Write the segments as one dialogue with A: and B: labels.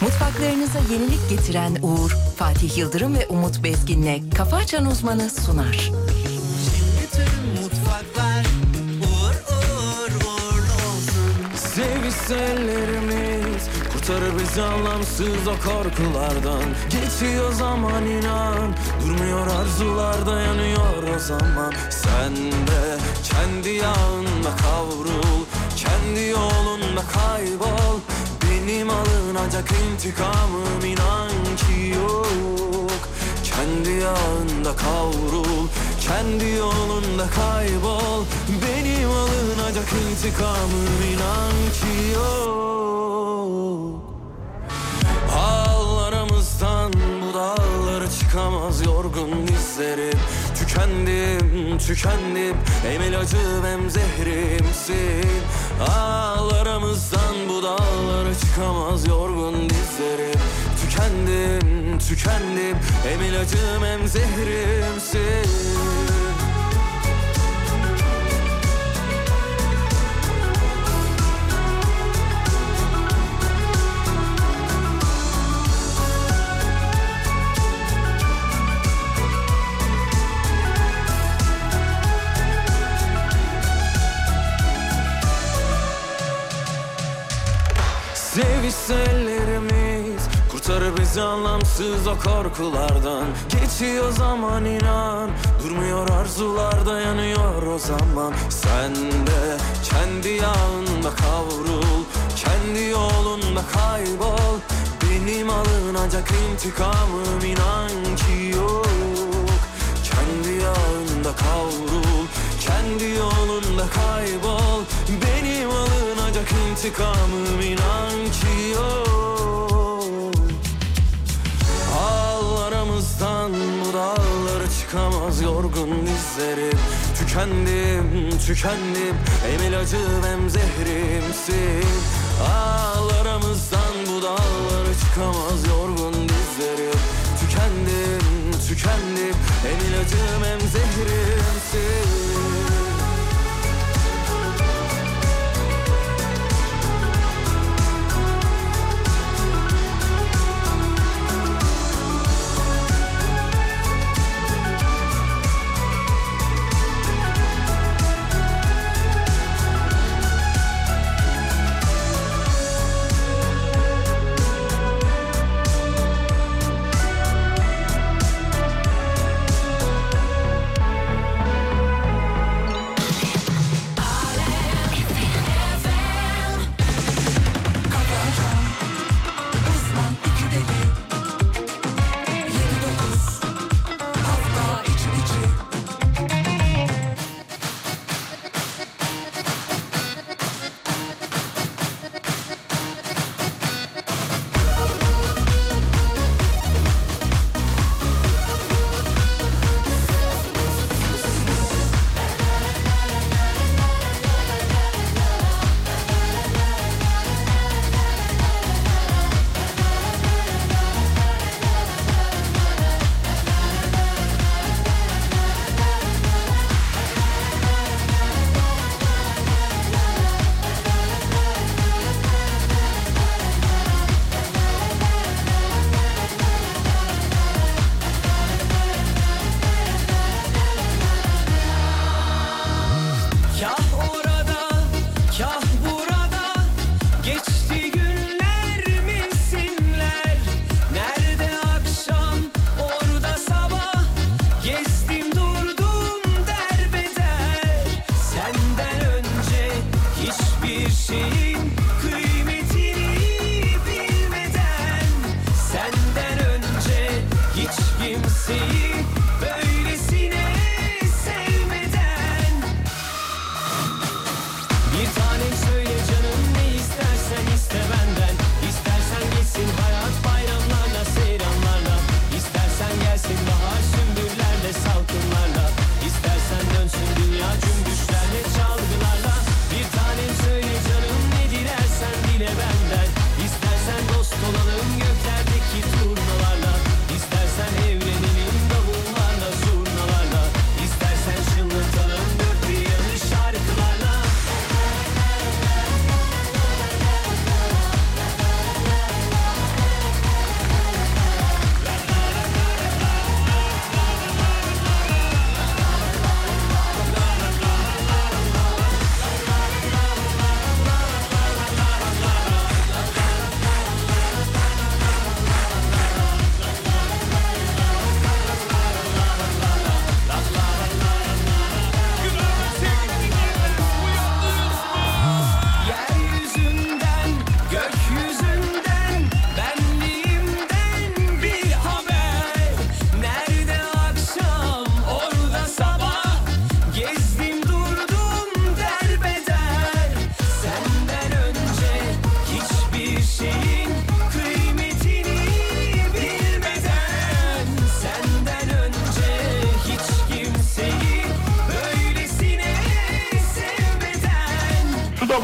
A: Mutfaklarınıza yenilik getiren Uğur, Fatih Yıldırım ve Umut Bezgin'le Kafa Açan Uzmanı sunar.
B: Bütün mutfaklar uğur uğur uğurlu olsun.
C: Sevişsellerimiz kurtarır bizi anlamsız o korkulardan Geçiyor zaman inan durmuyor arzular dayanıyor o zaman Sen de kendi yağında kavrul kendi yolunda kaybol Benim alınacak intikamım inan ki yok kendi yağında kavrul Kendi yolunda kaybol Benim alınacak intikamım inan ki yok Ağlarımızdan bu dağları çıkamaz yorgun dizlerim Tükendim, tükendim Hem ilacım hem zehrimsin Ağlarımızdan bu dağları çıkamaz yorgun dizlerim Tükendim, tükendim Hem ilacım hem zehrimsin Sevişsellerimiz kurtarır bizi anlamsız o korkulardan Geçiyor zaman inan durmuyor arzular dayanıyor o zaman Sen de kendi yağında kavrul kendi yolunda kaybol Benim alınacak intikamım inan ki yok kendi yağında kavrul Kendi yolunda kaybol Benim alınacak intikamım inan ki yok Ağlarımızdan bu dağları çıkamaz yorgun dizlerim Tükendim, tükendim Hem ilacım hem zehrimsin Ağlarımızdan bu dağları çıkamaz yorgun dizlerim Tükendim, tükendim Hem ilacım hem zehrimsin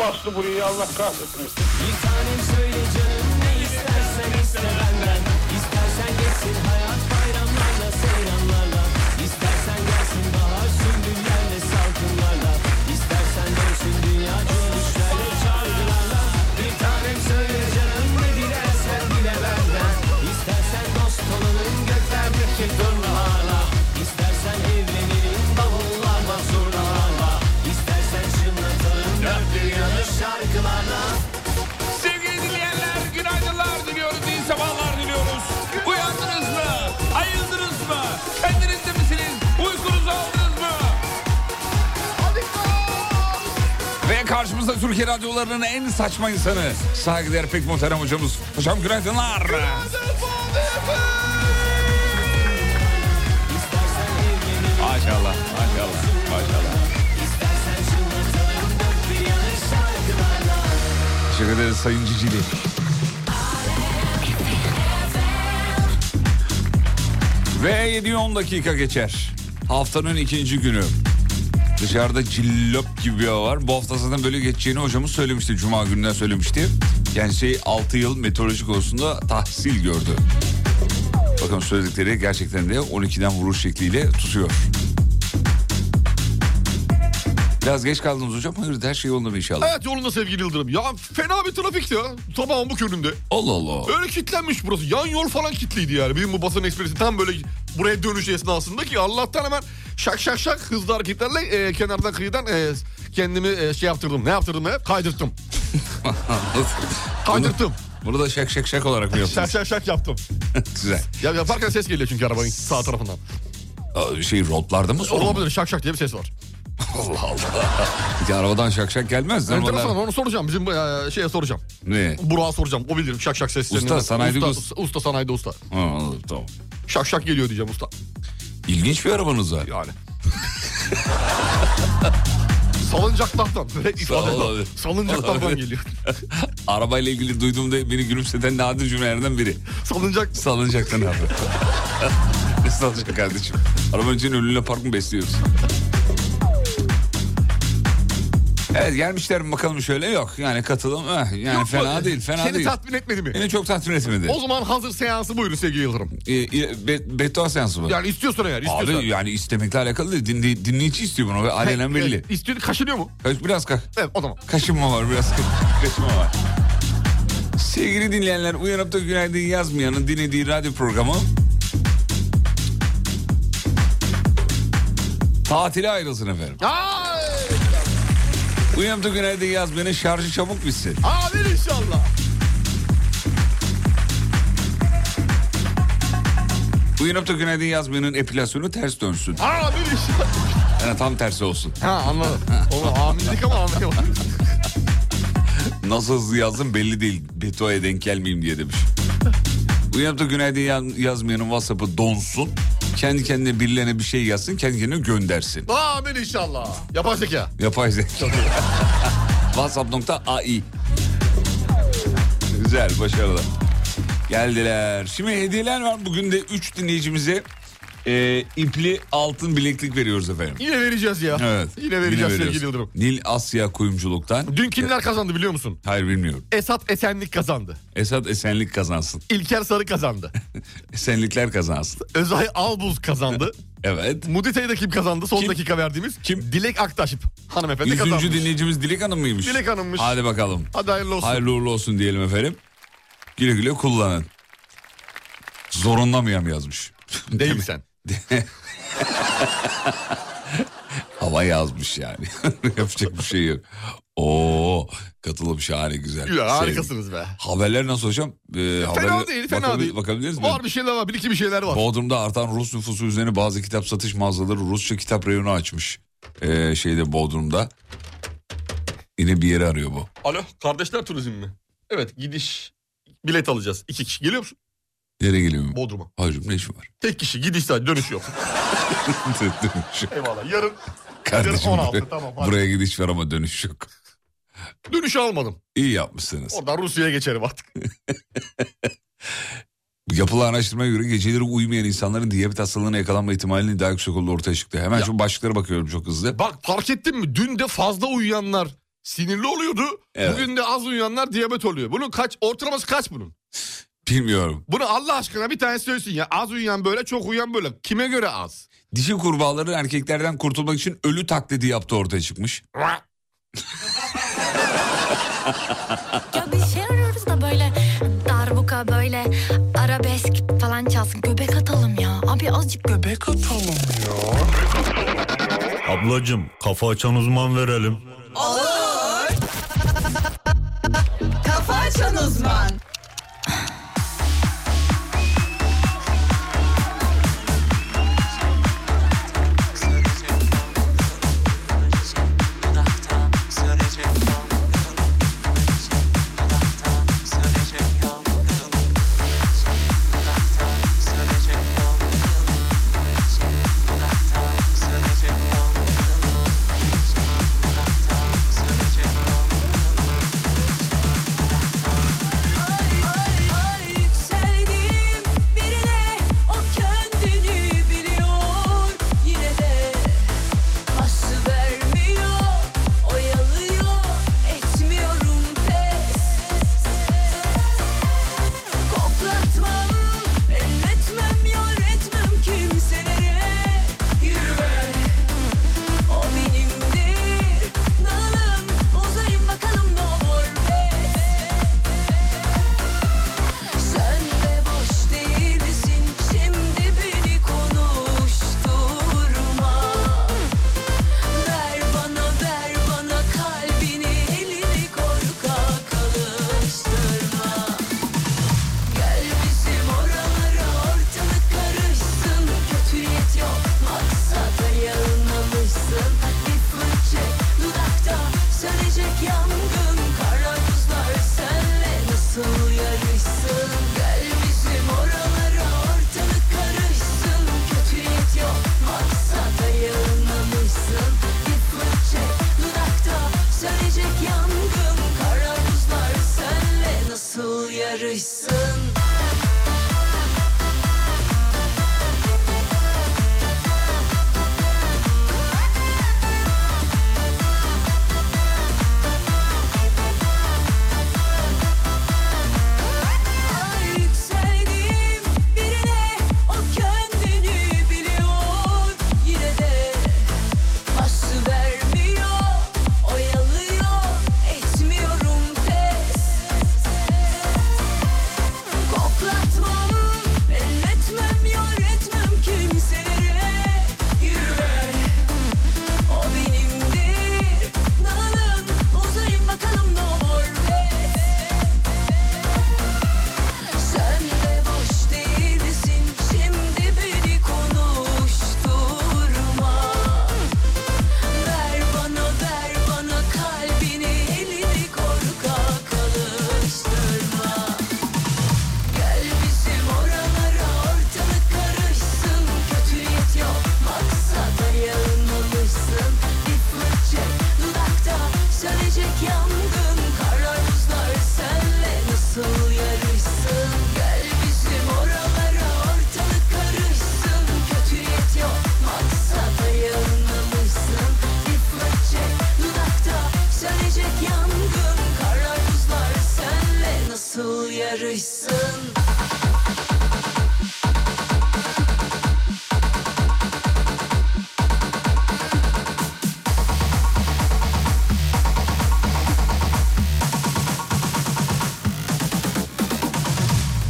D: bastı burayı Allah kahretmesin.
E: Sevgili dinleyenler günaydınlar diliyoruz, iyi sabahlar diliyoruz. Uyandınız mı? Ayıldınız mı? Kendinizde misiniz? Uykunuzu aldınız mı? Ve karşımızda Türkiye radyolarının en saçma insanı saygıdeğer pek muhterem hocamız. Hocam günaydınlar. Maşallah, maşallah, maşallah. Teşekkür ederiz Sayın Cicili. Ve 7'yi 10 dakika geçer. Haftanın ikinci günü. Dışarıda cillop gibi bir hava var. Bu hafta zaten böyle geçeceğini hocamız söylemişti. Cuma gününden söylemişti. Kendisi 6 yıl meteoroloji konusunda tahsil gördü. Bakın söyledikleri gerçekten de 12'den vuruş şekliyle tutuyor. Biraz geç kaldınız hocam. Hayır her şey yolunda mı inşallah?
F: Hayat yolunda sevgili Yıldırım. Ya fena bir trafikti ya. Sabahın bu köründe.
E: Allah Allah.
F: Öyle kitlenmiş burası. Yan yol falan kitliydi yani. Bizim bu basın ekspresi tam böyle buraya dönüş esnasında ki Allah'tan hemen şak şak şak hızlı hareketlerle e, kenardan kıyıdan e, kendimi e, şey yaptırdım. Ne yaptırdım ya? Kaydırttım. Kaydırttım.
E: Bunu da şak şak şak olarak mı
F: Şak
E: yapıyorsun?
F: şak şak yaptım.
E: Güzel.
F: Ya yaparken ses geliyor çünkü arabanın sağ tarafından.
E: Aa, Şey rotlarda mı sorun?
F: Olabilir şak şak diye bir ses var.
E: Allah Allah. Ya arabadan şak şak gelmez. lan
F: Enteresan
E: onlar.
F: onu soracağım. Bizim e, şeye soracağım.
E: Ne?
F: Burak'a soracağım. O bilir şak şak seslerini.
E: Usta, sanayide
F: usta,
E: usta.
F: usta, usta sanayide usta.
E: Ha, anladım, tamam.
F: Şak şak geliyor diyeceğim usta.
E: İlginç bir arabanız var.
F: Yani. Salıncaklardan. Böyle ifade
E: Olabilir.
F: Salıncaklardan
E: Olabilir.
F: geliyor.
E: Arabayla ilgili duyduğumda beni gülümseten nadir cümlelerden biri.
F: Salıncak.
E: Salıncaktan abi. ne salıncak kardeşim? Araba önceden önüne park mı besliyoruz? Evet gelmişler mi bakalım şöyle yok. Yani katılım eh, yani
F: Yok mu?
E: fena değil fena
F: Seni
E: değil.
F: tatmin etmedi mi?
E: Beni çok tatmin etmedi.
F: O zaman hazır seansı buyurun sevgili Yıldırım.
E: E, e, be, beddua seansı mı?
F: Yani istiyorsan eğer
E: Abi
F: istiyorsan.
E: yani istemekle alakalı değil. Dinley- dinleyici istiyor bunu ve alenen belli.
F: Evet, İstiyor, kaşınıyor mu?
E: Kaş- Biraz ka
F: Evet o zaman.
E: kaşınma var biraz ka kaşınma var. Sevgili dinleyenler uyanıp da günaydın yazmayanın dinlediği radyo programı... Tatile ayrılsın efendim.
F: Ay,
E: Uyanıp da günaydın yazmayanın şarjı çabuk bitsin.
F: amin inşallah.
E: Uyanıp da günaydın yazmayanın epilasyonu ters dönsün.
F: Amin inşallah.
E: Yani tam tersi olsun.
F: Ha anladım. Oğlum aminlik ama anlayamadım.
E: Nasıl hızlı yazdım belli değil. Beto'ya denk gelmeyeyim diye demiş. Uyanıp da günaydın yaz- yazmayanın WhatsApp'ı donsun. Kendi kendine birilerine bir şey yazsın. Kendi kendine göndersin.
F: Amin inşallah. Yaparsak ya.
E: Yapay zeka. WhatsApp.ai Güzel başarılı. Geldiler. Şimdi hediyeler var. Bugün de 3 dinleyicimize e, ipli altın bileklik veriyoruz efendim.
F: Yine vereceğiz ya.
E: Evet.
F: Yine vereceğiz
E: veriyoruz.
F: sevgili Yıldırım.
E: Nil Asya Kuyumculuk'tan.
F: Dün kimler kazandı biliyor musun?
E: Hayır bilmiyorum.
F: Esat Esenlik kazandı.
E: Esat Esenlik kazansın.
F: İlker Sarı kazandı.
E: Esenlikler kazansın.
F: Özay Albuz kazandı.
E: Evet.
F: Mudite'yi de kim kazandı? Son
E: Kim?
F: dakika verdiğimiz.
E: Kim?
F: Dilek Aktaş hanımefendi
E: Yüzüncü
F: kazanmış.
E: dinleyicimiz Dilek Hanım mıymış?
F: Dilek Hanım'mış.
E: Hadi bakalım.
F: Hadi hayırlı olsun.
E: Hayırlı uğurlu olsun diyelim efendim. Güle güle kullanın. Zorunlamayam yazmış.
F: Değil sen.
E: Hava yazmış yani. Yapacak bir şey yok. Oo katılım şahane güzel.
F: Ya,
E: Sevdim.
F: harikasınız be.
E: Haberler nasıl hocam? Ee,
F: Fena
E: haberlere
F: değil, fena
E: bakabili-
F: değil.
E: Bakabiliriz mi?
F: Var bir şeyler var, bir iki bir şeyler var.
E: Bodrum'da artan Rus nüfusu üzerine bazı kitap satış mağazaları Rusça kitap reyonu açmış. Ee, şeyde Bodrum'da. Yine bir yeri arıyor bu.
F: Alo, kardeşler turizm mi? Evet, gidiş bilet alacağız. İki kişi geliyor musun?
E: Nereye geliyor?
F: Bodrum'a.
E: Hacım ne işi var?
F: Tek kişi gidiş sadece dönüş yok.
E: dönüş yok.
F: Eyvallah. Yarın
E: Kardeşim
F: 16,
E: buraya,
F: tamam, hadi.
E: buraya gidiş var ama dönüş yok.
F: dönüşü almadım.
E: İyi yapmışsınız.
F: Oradan Rusya'ya geçerim artık.
E: Yapılan araştırmaya göre geceleri uyumayan insanların diyabet hastalığına yakalanma ihtimalinin daha yüksek olduğu ortaya çıktı. Hemen şu başlıklara bakıyorum çok hızlı.
F: Bak fark ettin mi? Dün de fazla uyuyanlar sinirli oluyordu.
E: Evet.
F: Bugün de az uyuyanlar diyabet oluyor. Bunun kaç ortalaması kaç bunun?
E: Bilmiyorum.
F: Bunu Allah aşkına bir tane söylesin ya. Az uyuyan böyle, çok uyuyan böyle. Kime göre az?
E: Dişi kurbağaları erkeklerden kurtulmak için ölü taklidi yaptı ortaya çıkmış.
G: Ya biz şey arıyoruz da böyle darbuka böyle arabesk falan çalsın. Göbek atalım ya. Abi azıcık göbek atalım.
H: Ablacım kafa açan uzman verelim.
B: Kafa açan uzman.
I: Yükseldim birine o kendini biliyor yine de Haşlı vermiyor oyalıyor etmiyorum pes Koklatmam elletmem yar etmem kimselere yürüme O benimdir nalım uzayım bakalım ne olur pes sen de boş değil misin? Şimdi beni konuşturma. Ver bana, ver bana kalbini, elini korkak alıştırma. Gel bizim oralara, ortalık karışsın. Kötü niyet yok, maksada yanılmamışsın. Bir fırça dudakta sönecek yangın. Kara buzlar senle nasıl yarışsın? Gel bizim oralara, ortalık karışsın. Kötü niyet yok, maksada yanılmamışsın. Bir fırça dudakta sönecek yangın. Kara buzlar senle nasıl yarışsın? Ay yükseldim birine o kendini biliyor yine de Haşlı vermiyor oyalıyor etmiyorum pes Koklatmam elletmem yar etmem kimselere yürüme o benimdir nalın uzayım bakalım ne olur pes sen de boş değil misin? Şimdi beni konuşturma. Ver bana, ver bana kalbini, elini korkak alıştırma. Gel bizim oralara, ortalık karışsın. Kötü niyet yok, maksada yanılmamışsın. Bir fırça dudakta sönecek yangın. Kara buzlar senle nasıl yarışsın? Gel bizim oralara, ortalık karışsın. Kötü niyet yok, maksada yanılmamışsın. Bir fırça dudakta sönecek yangın. Kara buzlar senle nasıl yarışsın?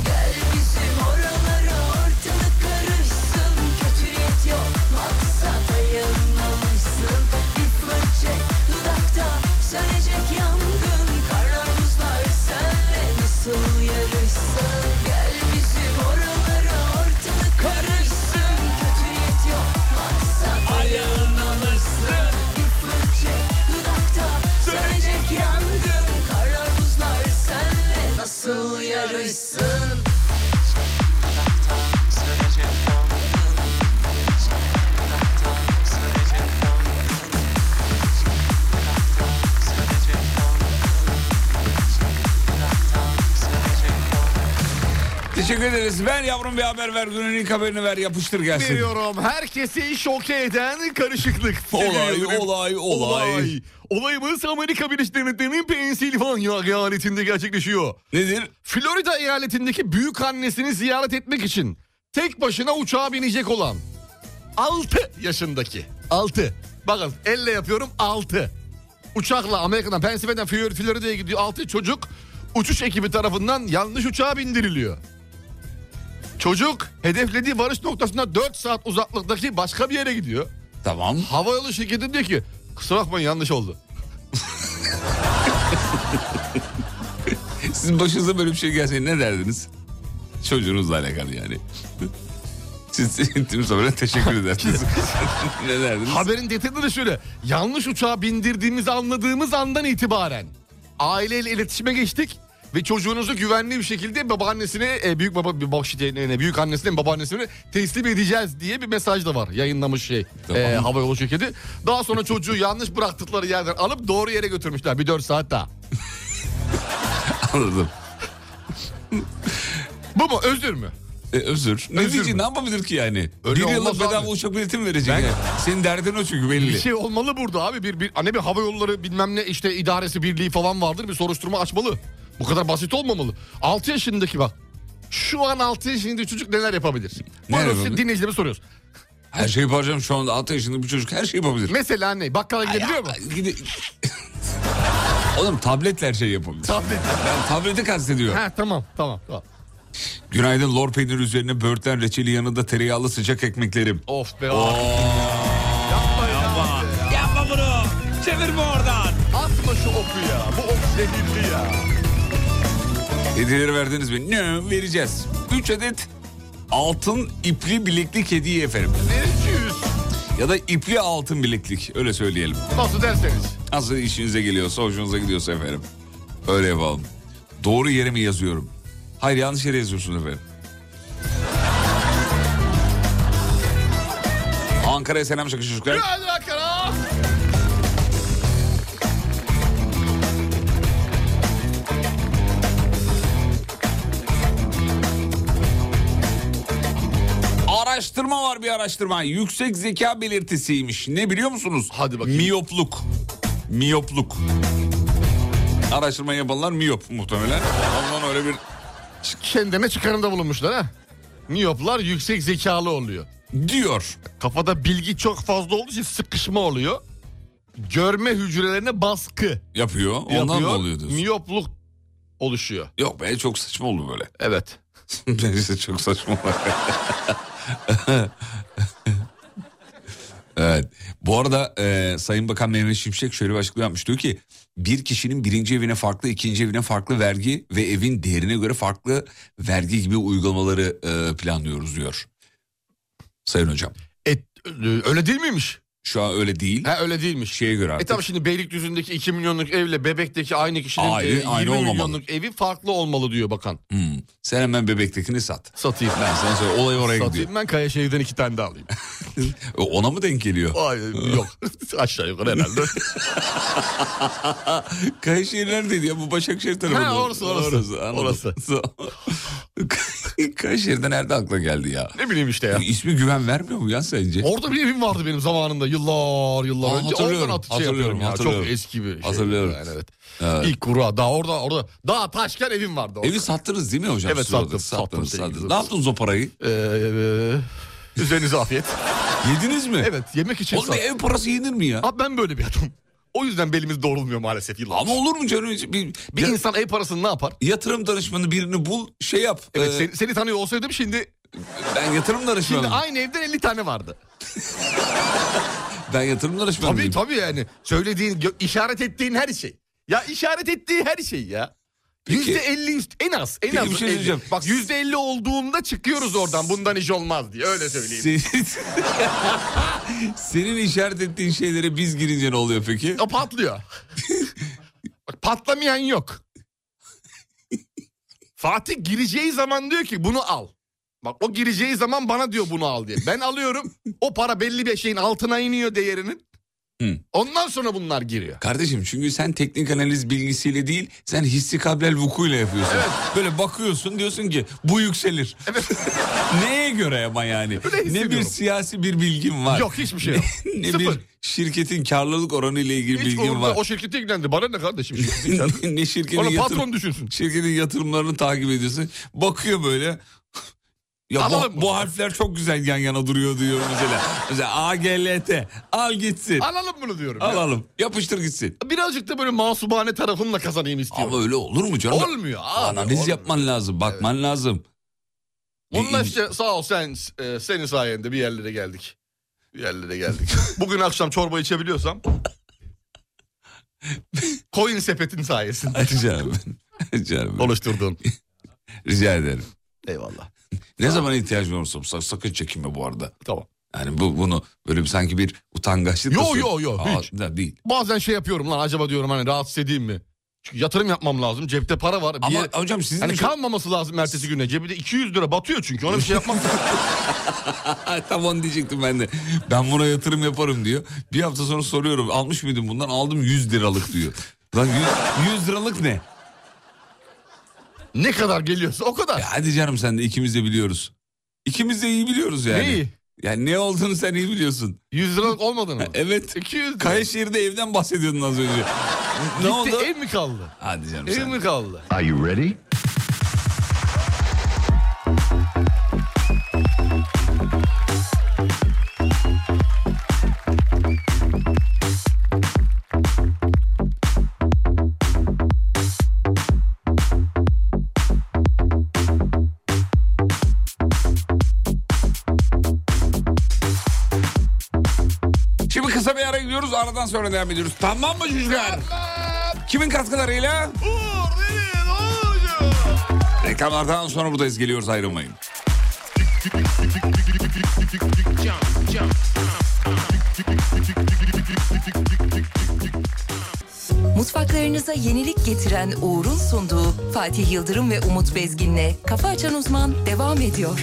I: Gel bizim oralara ortalık karışsın Kötü niyet yok maksada yanılmamışsın Bir fırça dudakta sönecek yangın Karar buzlar senle nasıl yarışsın Gel bizim oralara ortalık karışsın Kötü niyet yok maksada yanılmamışsın Bir fırça dudakta sönecek yangın Karar buzlar senle nasıl yarışsın
E: Teşekkür ederiz. Ver yavrum bir haber ver. Günün ilk haberini ver. Yapıştır gelsin.
F: Veriyorum. Herkesi şoke eden karışıklık.
E: Olay,
F: Sevgili
E: olay, olay.
F: Olayımız Amerika Birleşik Devletleri'nin Pensilvanya eyaletinde gerçekleşiyor.
E: Nedir?
F: Florida eyaletindeki büyük annesini ziyaret etmek için tek başına uçağa binecek olan 6 yaşındaki 6 bakın elle yapıyorum 6 uçakla Amerika'dan Pensilvanya'dan Flor- Florida'ya gidiyor 6 çocuk uçuş ekibi tarafından yanlış uçağa bindiriliyor. Çocuk hedeflediği varış noktasına 4 saat uzaklıktaki başka bir yere gidiyor.
E: Tamam.
F: Havayolu şirketi diyor ki kusura bakmayın yanlış oldu.
E: Sizin başınıza böyle bir şey gelse ne derdiniz? Çocuğunuzla alakalı yani. Siz tüm sonra teşekkür ederdiniz. ne derdiniz?
F: Haberin detayları şöyle. Yanlış uçağa bindirdiğimizi anladığımız andan itibaren aileyle iletişime geçtik ve çocuğunuzu güvenli bir şekilde babaannesine, e, büyük baba bir bak- şey, ne, ne, büyük annesine, babaannesine teslim edeceğiz diye bir mesaj da var. Yayınlamış şey
E: Tamam.
F: e, havayolu şirketi. Daha sonra çocuğu yanlış bıraktıkları yerden alıp doğru yere götürmüşler. Bir 4 saat daha.
E: Anladım.
F: Bu mu? Özür mü?
E: E, özür. Ne
F: Özür
E: diyecek
F: mü?
E: ne yapabilir ki yani?
F: Öyle
E: bir
F: olmaz
E: yıllık bedava
F: abi.
E: uçak bileti mi verecek? yani? Senin derdin o çünkü belli.
F: Bir şey olmalı burada abi. Bir, bir, hani bir hava yolları bilmem ne işte idaresi birliği falan vardır. Bir soruşturma açmalı. Bu kadar basit olmamalı. 6 yaşındaki bak. Şu an 6 yaşındaki çocuk neler yapabilir?
E: Ne
F: Bunu
E: yapabilir?
F: siz dinleyicilerime soruyoruz.
E: Her şeyi yapacağım şu anda 6 yaşında bir çocuk her şeyi yapabilir.
F: Mesela ne? Bakkala gidebiliyor mu?
E: Ay, gide- Oğlum tabletle her şeyi yapabilir.
F: Tablet.
E: Ben tableti kastediyorum.
F: Ha tamam tamam. tamam.
E: Günaydın lor peynir üzerine börtlen reçeli yanında tereyağlı sıcak ekmeklerim.
F: Of be. abi. ah. Yapma, ya.
E: Yapma bunu. Çevirme oradan.
F: Atma şu oku ya. Bu ok zehirli ya.
E: Hediyeleri verdiniz mi? Ne? Vereceğiz. 3 adet altın ipli bileklik hediye efendim.
F: Vericiyiz.
E: Ya da ipli altın bileklik öyle söyleyelim.
F: Nasıl derseniz.
E: Nasıl işinize geliyorsa, hoşunuza gidiyorsa efendim. Öyle yapalım. Doğru yere mi yazıyorum? Hayır yanlış yere yazıyorsunuz efendim. Ankara'ya selam çakış çocuklar.
F: Hadi Ankara.
E: Araştırma var bir araştırma. Yüksek zeka belirtisiymiş. Ne biliyor musunuz?
F: Hadi bakayım.
E: Miyopluk. Miyopluk. Araştırma yapanlar miyop muhtemelen. Ondan öyle bir
F: Kendine çıkarımda bulunmuşlar ha. Miyoplar yüksek zekalı oluyor.
E: diyor.
F: Kafada bilgi çok fazla olduğu için sıkışma oluyor. Görme hücrelerine baskı
E: Yapıyor. Ondan
F: yapıyor.
E: mı oluyor diyorsun?
F: Miyopluk E oluşuyor.
E: Yok be çok saçma oldu böyle.
F: Evet.
E: Bence çok saçma. evet. Bu arada e, Sayın Bakan Mehmet Şimşek şöyle bir açıklama yapmış. Diyor ki bir kişinin birinci evine farklı, ikinci evine farklı vergi ve evin değerine göre farklı vergi gibi uygulamaları e, planlıyoruz diyor. Sayın hocam.
F: E, öyle değil miymiş?
E: Şu an öyle değil.
F: Ha öyle değilmiş.
E: Şeye göre
F: E
E: artık.
F: tabii şimdi Beylikdüzü'ndeki 2 milyonluk evle Bebek'teki aynı kişinin
E: Ayrı,
F: e, 20
E: aynı olmamalı.
F: milyonluk evi farklı olmalı diyor bakan.
E: Hmm. Sen hemen bebektekini sat.
F: Satayım.
E: Ben sana söyleyeyim. Olay oraya gidiyor.
F: Satayım ben Kayaşehir'den iki tane daha alayım.
E: E, Ona mı denk geliyor?
F: Ay, yok aşağı yukarı herhalde.
E: Kayseri neredeydi ya bu Başakşehir tarafında?
F: Ha, orası, orası. Orası.
E: Kayseri'de nerede akla geldi ya?
F: ne bileyim işte ya.
E: İsmi güven vermiyor mu ya sence?
F: Orada bir evim vardı benim zamanında yıllar yıllar
E: Aa,
F: önce.
E: hatırlıyorum,
F: Oradan atı şey
E: hatırlıyorum,
F: yapıyorum ya.
E: hatırlıyorum.
F: Çok eski bir şey.
E: Hatırlıyorum.
F: Yani evet.
E: Evet.
F: İlk kura daha orada orada daha taşken evim vardı. Orada.
E: Evi sattınız değil mi hocam?
F: Evet,
E: Siz orada
F: sattım,
E: Sattınız,
F: sattım
E: sattınız.
F: sevgili
E: Ne yaptınız o parayı?
F: Ee, e, üzerinize afiyet.
E: Yediniz mi?
F: evet yemek için
E: Oğlum bir
F: sat.
E: ev parası yenir mi ya?
F: Abi ben böyle bir adamım. O yüzden belimiz doğrulmuyor maalesef yıllar.
E: Ama olur mu canım? Bir,
F: bir
E: ya-
F: insan ev parasını ne yapar?
E: yatırım danışmanı birini bul şey yap.
F: Evet
E: Ee,
F: seni, seni tanıyor olsaydım şimdi
E: Ben yatırım danışmanı.
F: şimdi aynı evden 50 tane vardı.
E: Ben yatırım danışmanı.
F: Tabii tabii yani söylediğin gö- işaret ettiğin her şey. Ya işaret ettiği her şey ya.
E: Peki.
F: Yüzde elli üst- en az en
E: Peki
F: az
E: bir şey
F: elli.
E: söyleyeceğim.
F: Bak yüzde elli olduğunda çıkıyoruz oradan bundan iş olmaz diye öyle söyleyeyim.
E: Senin, senin işaret ettiğin şeylere biz girince ne oluyor peki?
F: O patlıyor. Bak patlamayan yok. Fatih gireceği zaman diyor ki bunu al. Bak o gireceği zaman bana diyor bunu al diye. Ben alıyorum. O para belli bir şeyin altına iniyor değerinin.
E: Hı.
F: Ondan sonra bunlar giriyor.
E: Kardeşim çünkü sen teknik analiz bilgisiyle değil sen hissi kablel vukuyla yapıyorsun. Böyle bakıyorsun diyorsun ki bu yükselir. Neye göre ama yani? Ne bir
F: hissediyorum.
E: siyasi bir bilgin var.
F: Yok, hiçbir şey yok.
E: ne
F: Sıfır.
E: bir şirketin karlılık oranı ile ilgili
F: Hiç
E: bilgin
F: umurumda-
E: var.
F: o şirketi ilgilendi. Bana ne kardeşim? şirketin kendi-
E: ne şirketin
F: Ona
E: yatırım-
F: patron düşünsün.
E: şirketin yatırımlarını takip ediyorsun. Bakıyor böyle. Ya
F: Alalım
E: bu,
F: mı?
E: bu harfler çok güzel yan yana duruyor diyor mesela. Mesela AGLT al gitsin.
F: Alalım bunu diyorum. ya.
E: Alalım. Yapıştır gitsin.
F: Birazcık da böyle masumane tarafımla kazanayım istiyorum.
E: Ama öyle olur mu canım?
F: Olmuyor abi.
E: Analiz
F: olmuyor.
E: yapman lazım, bakman lazım.
F: Bunlar
E: Bir-
F: işte sağ ol sen, e, senin sayende bir yerlere geldik. Bir yerlere geldik. Bugün akşam çorba içebiliyorsam... Coin sepetin sayesinde
E: Rica ederim. Rica ederim.
F: oluşturduğun.
E: Rica ederim.
F: Eyvallah.
E: Ne zaman ihtiyacın olursa olsun, sakın çekinme bu arada.
F: Tamam.
E: Yani bu bunu böyle bir, sanki bir utangaçlık. da
F: Yo,
E: söyle-
F: yo, yo,
E: Aa,
F: hiç.
E: Da değil.
F: Bazen şey yapıyorum lan acaba diyorum hani rahatsız edeyim mi? Çünkü yatırım yapmam lazım. Cepte para var. Bir
E: Ama
F: yer-
E: hocam sizin
F: Hani
E: de çok-
F: kalmaması lazım ertesi güne. Cebinde 200 lira batıyor çünkü. Ona bir şey yapmam lazım.
E: Tam onu diyecektim ben de. Ben buna yatırım yaparım diyor. Bir hafta sonra soruyorum almış mıydın bundan aldım 100 liralık diyor. Lan 100, 100 liralık ne?
F: ne kadar geliyorsa o kadar.
E: Ya hadi canım sen de ikimiz de biliyoruz. İkimiz de iyi biliyoruz yani.
F: Neyi?
E: Yani ne olduğunu sen iyi biliyorsun.
F: 100 liralık olmadığını mı?
E: Evet.
F: 200 lira.
E: Kayaşehir'de evden bahsediyordun az önce. ne
F: Gitti,
E: oldu?
F: ev mi kaldı?
E: Hadi canım
F: Ev
E: sen.
F: mi kaldı?
E: Şimdi kısa bir ara gidiyoruz aradan sonra devam ediyoruz. Tamam mı çocuklar? Kimin katkılarıyla? Reklamlardan sonra buradayız geliyoruz ayrılmayın.
A: Mutfaklarınıza yenilik getiren Uğur'un sunduğu Fatih Yıldırım ve Umut Bezgin'le Kafa Açan Uzman devam ediyor.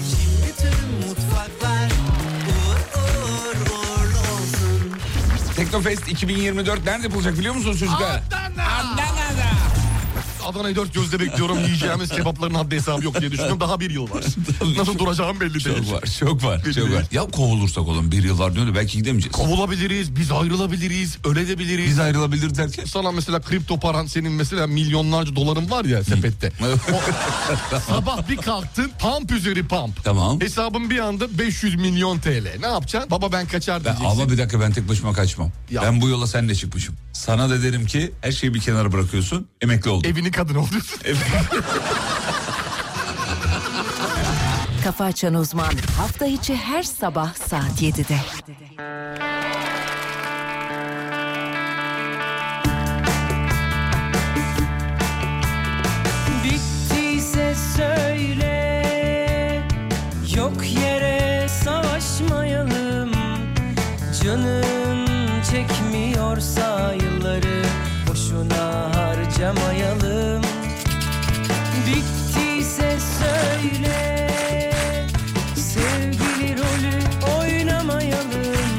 E: Teknofest 2024 nerede yapılacak biliyor musunuz çocuklar?
F: Adana'yı dört gözle bekliyorum. Yiyeceğimiz kebapların haddi hesabı yok diye düşündüm. Daha bir yıl var. Nasıl duracağım belli
E: Çok
F: değil.
E: var, çok var, çok var. Ya kovulursak oğlum bir yıllar dönüyor belki gidemeyeceğiz.
F: Kovulabiliriz, biz ayrılabiliriz, öyle de biliriz.
E: Biz ayrılabilir derken.
F: Sana mesela kripto paran senin mesela milyonlarca doların var ya sepette. O, sabah bir kalktın pump üzeri pump.
E: Tamam.
F: Hesabın bir anda 500 milyon TL. Ne yapacaksın? Baba ben kaçar
E: Ben,
F: diyeceksin.
E: ama bir dakika ben tek başıma kaçmam.
F: Ya.
E: Ben bu yola senle çıkmışım. Sana da derim ki her şeyi bir kenara bırakıyorsun. Emekli oldun.
F: Evini kadın oluyorsun.
A: Kafa Açan Uzman hafta içi her sabah saat 7'de.
B: Bittiyse söyle Yok yere savaşmayalım Canın çekmiyorsa yılları Boşuna harcamayalım Bittiyse söyle Sevgili rolü oynamayalım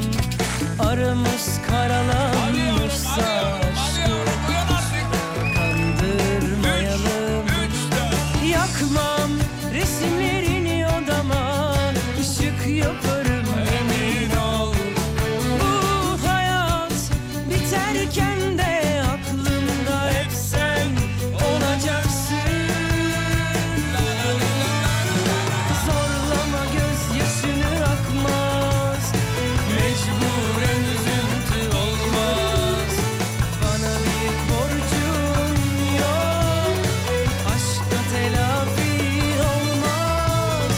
B: Aramız karalanmışsa aşkı Kandırmayalım Yakmam resimlerini odama Işık yaparım emin ol Bu hayat biterken de aklımda hep sen olacaksın Zorlama gözyaşını akmaz Mecburen üzüntü olmaz Bana bir borcun yok Aşkta telafi olmaz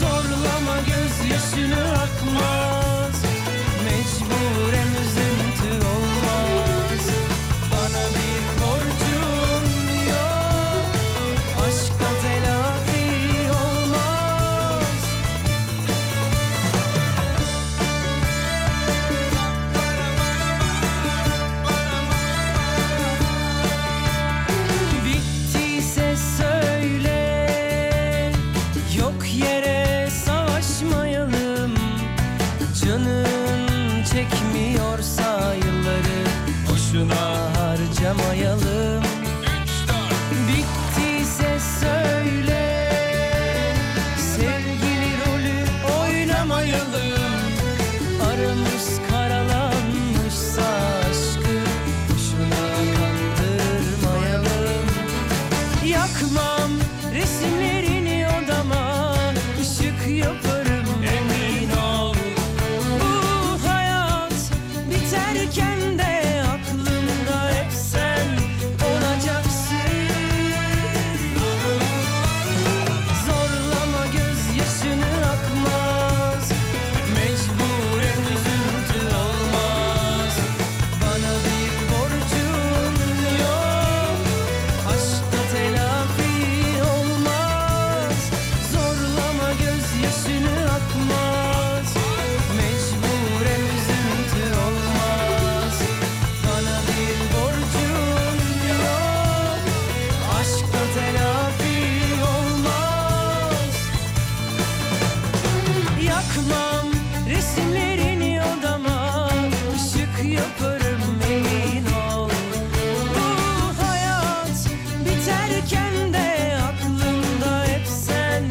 B: Zorlama gözyaşını akmaz Mecburen üzüntü olmaz Bana bir borcun yok Aşkta telafi olmaz Bittiyse söyle Yok yere savaşmayalım Canın çekmiyorsa yıllar aramayalım Bittiyse söyle Sevgili rolü oynamayalım Aramız karalanmışsa aşkı Boşuna kandırmayalım Yakmam resimlerini odama Işık yaparım emin ol Bu hayat biterken de Aklımda hep sen olacaksın Zorlama gözyaşını akmaz Mecburen üzüntü olmaz Bana bir borcun yok Aşkta telafi olmaz Zorlama gözyaşını akmaz Mecburen üzüntü olmaz Bana bir borcun yok Aşkta telafi olmaz Yakmam resimlerini odama Işık yaparım emin ol Bu hayat biterken de Aklımda hep sen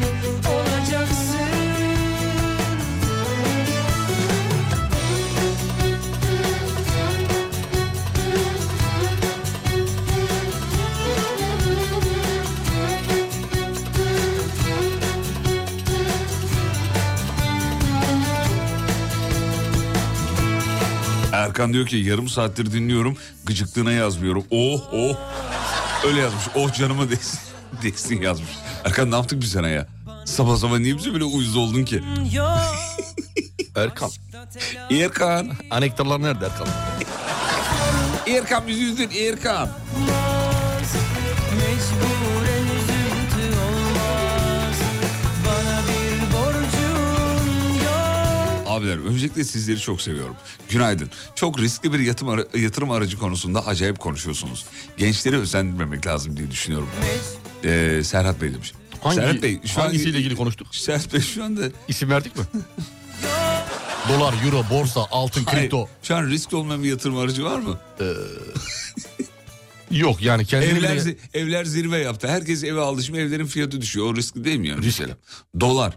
B: olacaksın
E: Erkan diyor ki yarım saattir dinliyorum gıcıklığına yazmıyorum. Oh oh. Öyle yazmış. Oh canıma değsin, değsin yazmış. Erkan ne yaptık biz sana ya? Sabah sabah niye bize böyle uyuz oldun ki?
B: Yok
F: Erkan.
E: Erkan.
F: Anektarlar nerede Erkan?
E: Erkan bizi üzdün Erkan.
B: Mecburen üzüntü olmaz Bana bir borcun yok
E: Abiler öncelikle sizleri çok seviyorum. Günaydın. Çok riskli bir yatım ara- yatırım aracı konusunda acayip konuşuyorsunuz. Gençleri özendirmemek lazım diye düşünüyorum. Ee, Serhat Bey demiş.
F: Hangi,
E: Serhat Bey şu an-
F: hangisiyle ilgili konuştuk?
E: Serhat Bey şu anda
F: İsim verdik mi? Dolar, euro, borsa, altın, kripto.
E: Hayır, şu an risk olmayan bir yatırım aracı var mı?
F: Yok yani Ee, kendini
E: Evler,
F: bile-
E: zi- evler zirve yaptı. Herkes eve aldı. Şimdi evlerin fiyatı düşüyor. O riskli değil mi yani?
F: Riskli.
E: Mesela? Dolar.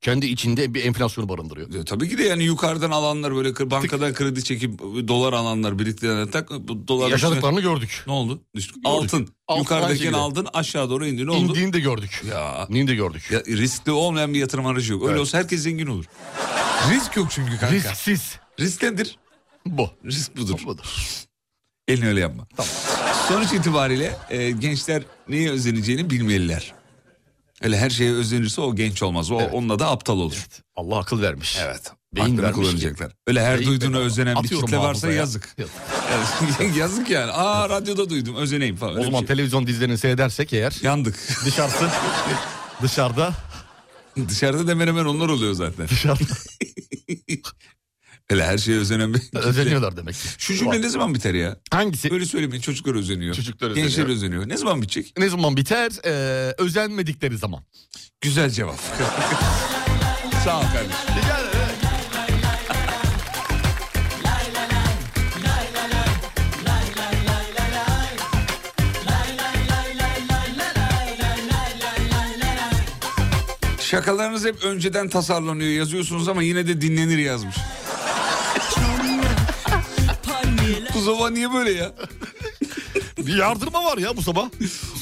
F: kendi içinde bir enflasyonu barındırıyor.
E: E, Tabii ki de yani yukarıdan alanlar böyle kır- bankadan kredi çekip e, dolar alanlar biriktirenler tak e, bu dolar üstüne-
F: Yaşadıklarını gördük.
E: Ne oldu? Düştü. Altın.
F: Altın aynı
E: Yukarıdakini
F: şekilde.
E: aldın aşağı doğru indi. Ne oldu?
F: İndiğini de gördük.
E: Ya.
F: İndiğini de gördük.
E: Ya riskli olmayan bir yatırım aracı yok. Öyle
F: Evet.
E: olsa herkes zengin olur. Risk yok çünkü kanka. Risk,
F: Risksiz.
E: nedir?
F: Bu.
E: Risk budur.
F: Budur.
E: Elini öyle yapma. Sonuç itibariyle e, gençler neye özeneceğini bilmeliler. Öyle her şeye özenirse o genç olmaz. O onunla da aptal olur.
F: Allah akıl vermiş.
E: Evet.
F: Beyin
E: Aklını
F: vermiş ki.
E: kullanacaklar. Öyle her
F: Beyin
E: duyduğuna
F: bedava.
E: özenen bir
F: Atıyorum
E: kitle varsa
F: hafızaya.
E: yazık. Yani yazık yani. Aa radyoda duydum özeneyim falan.
F: O
E: Öyle bir
F: zaman
E: şey.
F: televizyon dizilerini seyredersek eğer
E: yandık.
F: dışarısı dışarıda
E: Dışarıda da hemen hemen onlar oluyor zaten.
F: dışarıda
E: Öyle her şeye özenen bir kitle.
F: özeniyorlar demek ki.
E: Şu cümle ne zaman biter ya?
F: Hangisi?
E: Böyle söylemeyin çocuklar özeniyor.
F: Çocuklar
E: Gençler
F: özeniyor.
E: özeniyor. Ne zaman bitecek?
F: Ne zaman biter? Ee, özenmedikleri zaman.
E: Güzel cevap. Sağ ol kardeşim. Şakalarınız hep önceden tasarlanıyor yazıyorsunuz ama yine de dinlenir yazmış. Bu sabah niye böyle ya?
F: Bir yardırma var ya bu sabah.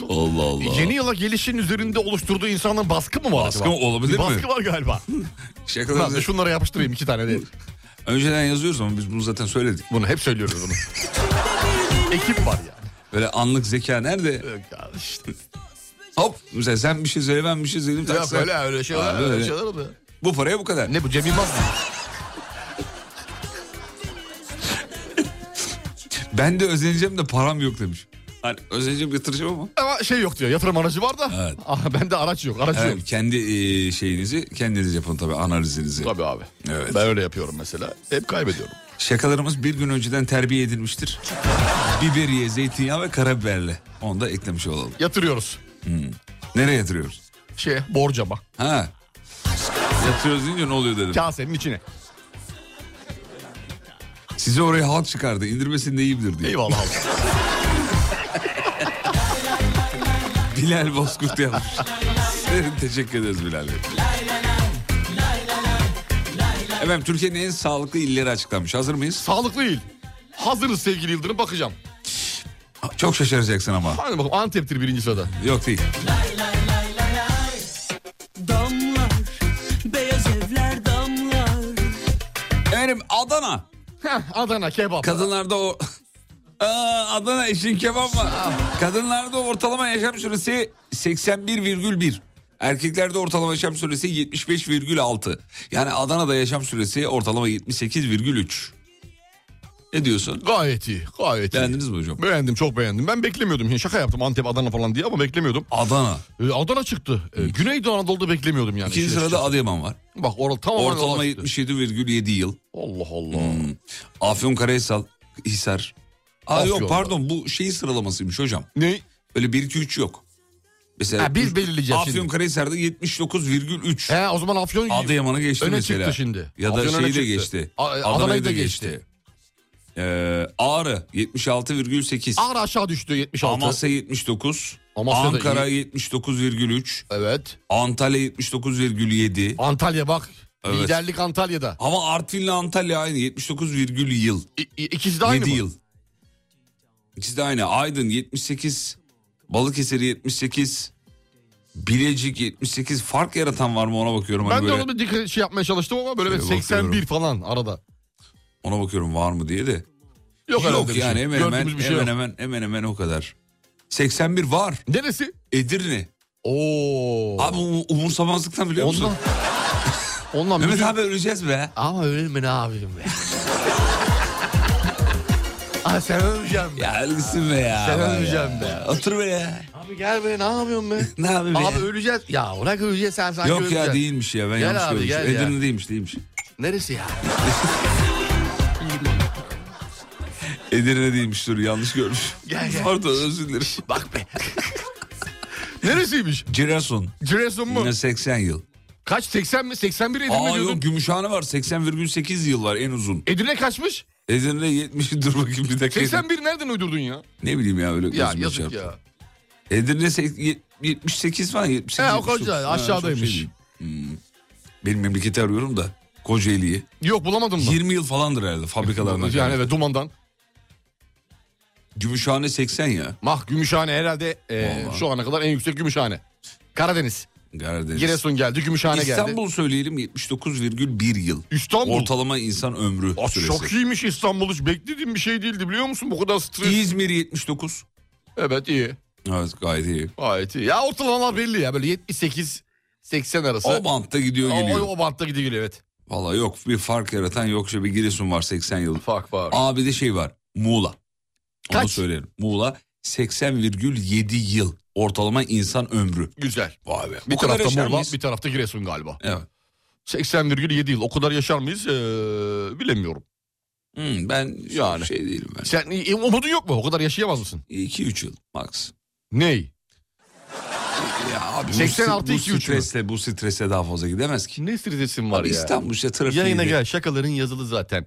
E: Allah Allah.
F: Yeni yıla gelişin üzerinde oluşturduğu insanların baskı mı var
E: Baskı
F: acaba?
E: olabilir
F: Bir
E: mi?
F: Baskı var galiba. ben de
E: Şakalarınızı
F: şunlara yapıştırayım iki tane değil.
E: önceden yazıyoruz ama biz bunu zaten söyledik.
F: Bunu hep söylüyoruz bunu. Ekip var yani.
E: Böyle anlık zeka nerede?
F: Yok ya işte.
E: Hop mesela sen bir şey söyle ben bir şey söyleyeyim.
F: Ya
E: taksa-
F: böyle öyle şeyler,
E: Abi öyle.
F: öyle şeyler oluyor.
E: Bu paraya bu kadar.
F: Ne bu Cem Yılmaz mı?
E: Ben de özeneceğim de param yok demiş. Hani özeneceğim yatıracağım ama.
F: Ama şey yok diyor yatırım aracı var da.
E: Evet.
F: Ah, Bende araç yok aracı
E: Evet,
F: yok.
E: kendi e, şeyinizi kendiniz yapın tabii analizinizi.
F: Tabii abi.
E: Evet.
F: Ben öyle yapıyorum mesela. Hep kaybediyorum.
E: Şakalarımız bir gün önceden terbiye edilmiştir. Biberiye, zeytinyağı ve karabiberle. Onu da eklemiş olalım. Hmm.
F: Yatırıyoruz.
E: Nereye yatırıyoruz?
F: Şeye borcama.
E: Ha. Yatırıyoruz deyince ne oluyor dedim.
F: Kasenin içine.
E: Sizi oraya halk çıkardı. İndirmesin de iyi bilir diye.
F: Eyvallah.
E: Bilal Bozkurt yapmış. Teşekkür ederiz Bilal Bey. Efendim Türkiye'nin en sağlıklı illeri açıklanmış. Hazır mıyız?
F: Sağlıklı değil. Hazırız sevgili Yıldırım bakacağım.
E: Çok şaşıracaksın ama.
F: Hadi bakalım Antep'tir birinci sırada.
E: Yok değil.
I: Damlar, beyaz evler damlar
E: Efendim Adana.
F: Heh, Adana kebap.
E: Kadınlarda o... Aa, Adana işin kebap mı? Kadınlarda ortalama yaşam süresi 81,1. Erkeklerde ortalama yaşam süresi 75,6. Yani Adana'da yaşam süresi ortalama 78,3. Ne diyorsun?
F: Gayet iyi. Gayet iyi.
E: Beğendiniz mi hocam?
F: Beğendim çok beğendim. Ben beklemiyordum. Şimdi şaka yaptım Antep Adana falan diye ama beklemiyordum.
E: Adana.
F: Ee, Adana çıktı. Ee, Güneydoğu Anadolu'da beklemiyordum yani.
E: İkinci
F: İşte
E: sırada Adıyaman var.
F: çıktı. Bak orada tamamen
E: Ortalama
F: Adana çıktı.
E: 77,7 yıl.
F: Allah Allah.
E: Hmm. Afyonkarahisar, Hisar. Aa
F: Afyon.
E: yok pardon bu şeyi sıralamasıymış hocam.
F: Ne?
E: Öyle 1 2 3 yok. Mesela
F: Ha, biz belirleyeceğiz şimdi.
E: Afyonkarahisar'da 79,3.
F: He o zaman Afyon
E: Adıyaman'ı geçti
F: öne
E: mesela.
F: çıktı şimdi.
E: Ya da
F: Afyon öne
E: şeyi de
F: çıktı.
E: geçti.
F: A- Adana'yı da geçti.
E: Ee, Ağrı 76,8.
F: Ağrı aşağı düştü 76.
E: Amasya 79.
F: Amasya'da
E: Ankara 79,3.
F: Evet.
E: Antalya 79,7.
F: Antalya bak.
E: Evet.
F: Liderlik Antalya'da.
E: Ama Artvin'le Antalya aynı 79, virgül yıl.
F: İ- i- ikisi de aynı
E: 7
F: mı?
E: yıl. İkisi de aynı. Aydın 78, Balıkesir 78, Bilecik 78. Fark yaratan var mı ona bakıyorum.
F: Ben
E: Hani
F: de
E: böyle,
F: onu bir dikkat şey yapmaya çalıştım ama böyle bir
E: Şöyle
F: 81 falan arada.
E: Ona bakıyorum var mı diye de.
F: Yok, herhalde bir şey.
E: yani hemen hemen,
F: Gördüğümüz bir şey
E: hemen,
F: yok.
E: hemen, hemen hemen o kadar. 81 var.
F: Neresi?
E: Edirne.
F: Oo.
E: Abi um- umursamazlıktan biliyor musun?
F: ondan. ondan
E: Mehmet
F: bir-
E: abi öleceğiz be.
F: Ama öyle mi ne yapayım be? Aa sen öleceksin be.
E: Ya ölsün be ya.
F: Sen
E: Vay
F: öleceksin
E: ya.
F: be.
E: Otur be ya.
F: Abi gel be ne yapıyorsun be?
E: Ne yapayım be?
F: Abi öleceğiz. Ya bırak öleceğiz sen sanki
E: Yok
F: öleceksin.
E: ya değilmiş ya ben
F: Gel
E: yanlış
F: abi,
E: görmüşüm.
F: gel ya.
E: Edirne değilmiş değilmiş.
F: Neresi ya?
E: Edirne değilmiş dur yanlış görmüş.
F: Gel, gel.
E: Pardon özür dilerim.
F: Bak be. Neresiymiş?
E: Giresun
F: Giresun mu?
E: yine 80 yıl.
F: Kaç? 80 mi? 81 Edirne
E: Aa
F: diyordun.
E: yok Gümüşhane var 80,8 yıl var en uzun.
F: Edirne kaçmış?
E: Edirne 70 dur bakayım bir dakika.
F: 81 nereden uydurdun ya?
E: Ne bileyim ya öyle
F: Ya
E: gözüme
F: yazık
E: çarptı.
F: ya.
E: Edirne sek- ye- 78 falan 78.
F: He, o kadar,
E: 79.
F: aşağıdaymış.
E: çok şey değil. Hmm. Benim memleketi arıyorum da Kocaeli'yi.
F: Yok bulamadın mı?
E: 20 yıl falandır herhalde fabrikalardan.
F: Yani evet dumandan.
E: Gümüşhane 80 ya.
F: Mah Gümüşhane herhalde e,
E: Vallahi.
F: şu ana kadar en yüksek Gümüşhane. Karadeniz.
E: Karadeniz.
F: Giresun geldi, Gümüşhane geldi.
E: İstanbul söyleyelim 79,1 yıl.
F: İstanbul.
E: Ortalama insan ömrü
F: Aa,
E: süresi.
F: çok iyiymiş İstanbul. Hiç beklediğim bir şey değildi biliyor musun? Bu kadar stres.
E: İzmir 79.
F: Evet iyi.
E: Evet gayet iyi.
F: Gayet iyi. Ya ortalamalar belli ya. Böyle 78 80 arası.
E: O bantta gidiyor geliyor.
F: O, o bantta gidiyor geliyor evet.
E: Valla yok bir fark yaratan yok. Şöyle bir Giresun var 80 yıl.
F: Fark var.
E: Abi de şey var Muğla. Onu
F: Kaç?
E: söyleyelim. Muğla 80,7 yıl ortalama insan ömrü.
F: Güzel.
E: Vay be.
F: Bir
E: Bu kadar
F: tarafta
E: yaşar
F: Muğla,
E: mıyız?
F: bir tarafta Giresun galiba.
E: Evet.
F: 80,7 yıl. O kadar yaşar mıyız? Ee, bilemiyorum.
E: Hmm, ben yani.
F: Yani.
E: şey değilim ben.
F: Sen e, umudun yok mu? O kadar yaşayamaz mısın?
E: 2-3 yıl max.
F: Ney?
E: Ya abi
F: 80
E: bu,
F: artı
E: bu
F: 2-3 mü?
E: stresle, bu strese daha fazla gidemez ki.
F: Ne stresin var
E: Abi
F: ya?
E: İstanbul işte trafiği.
F: Yayına gel. Şakaların yazılı zaten.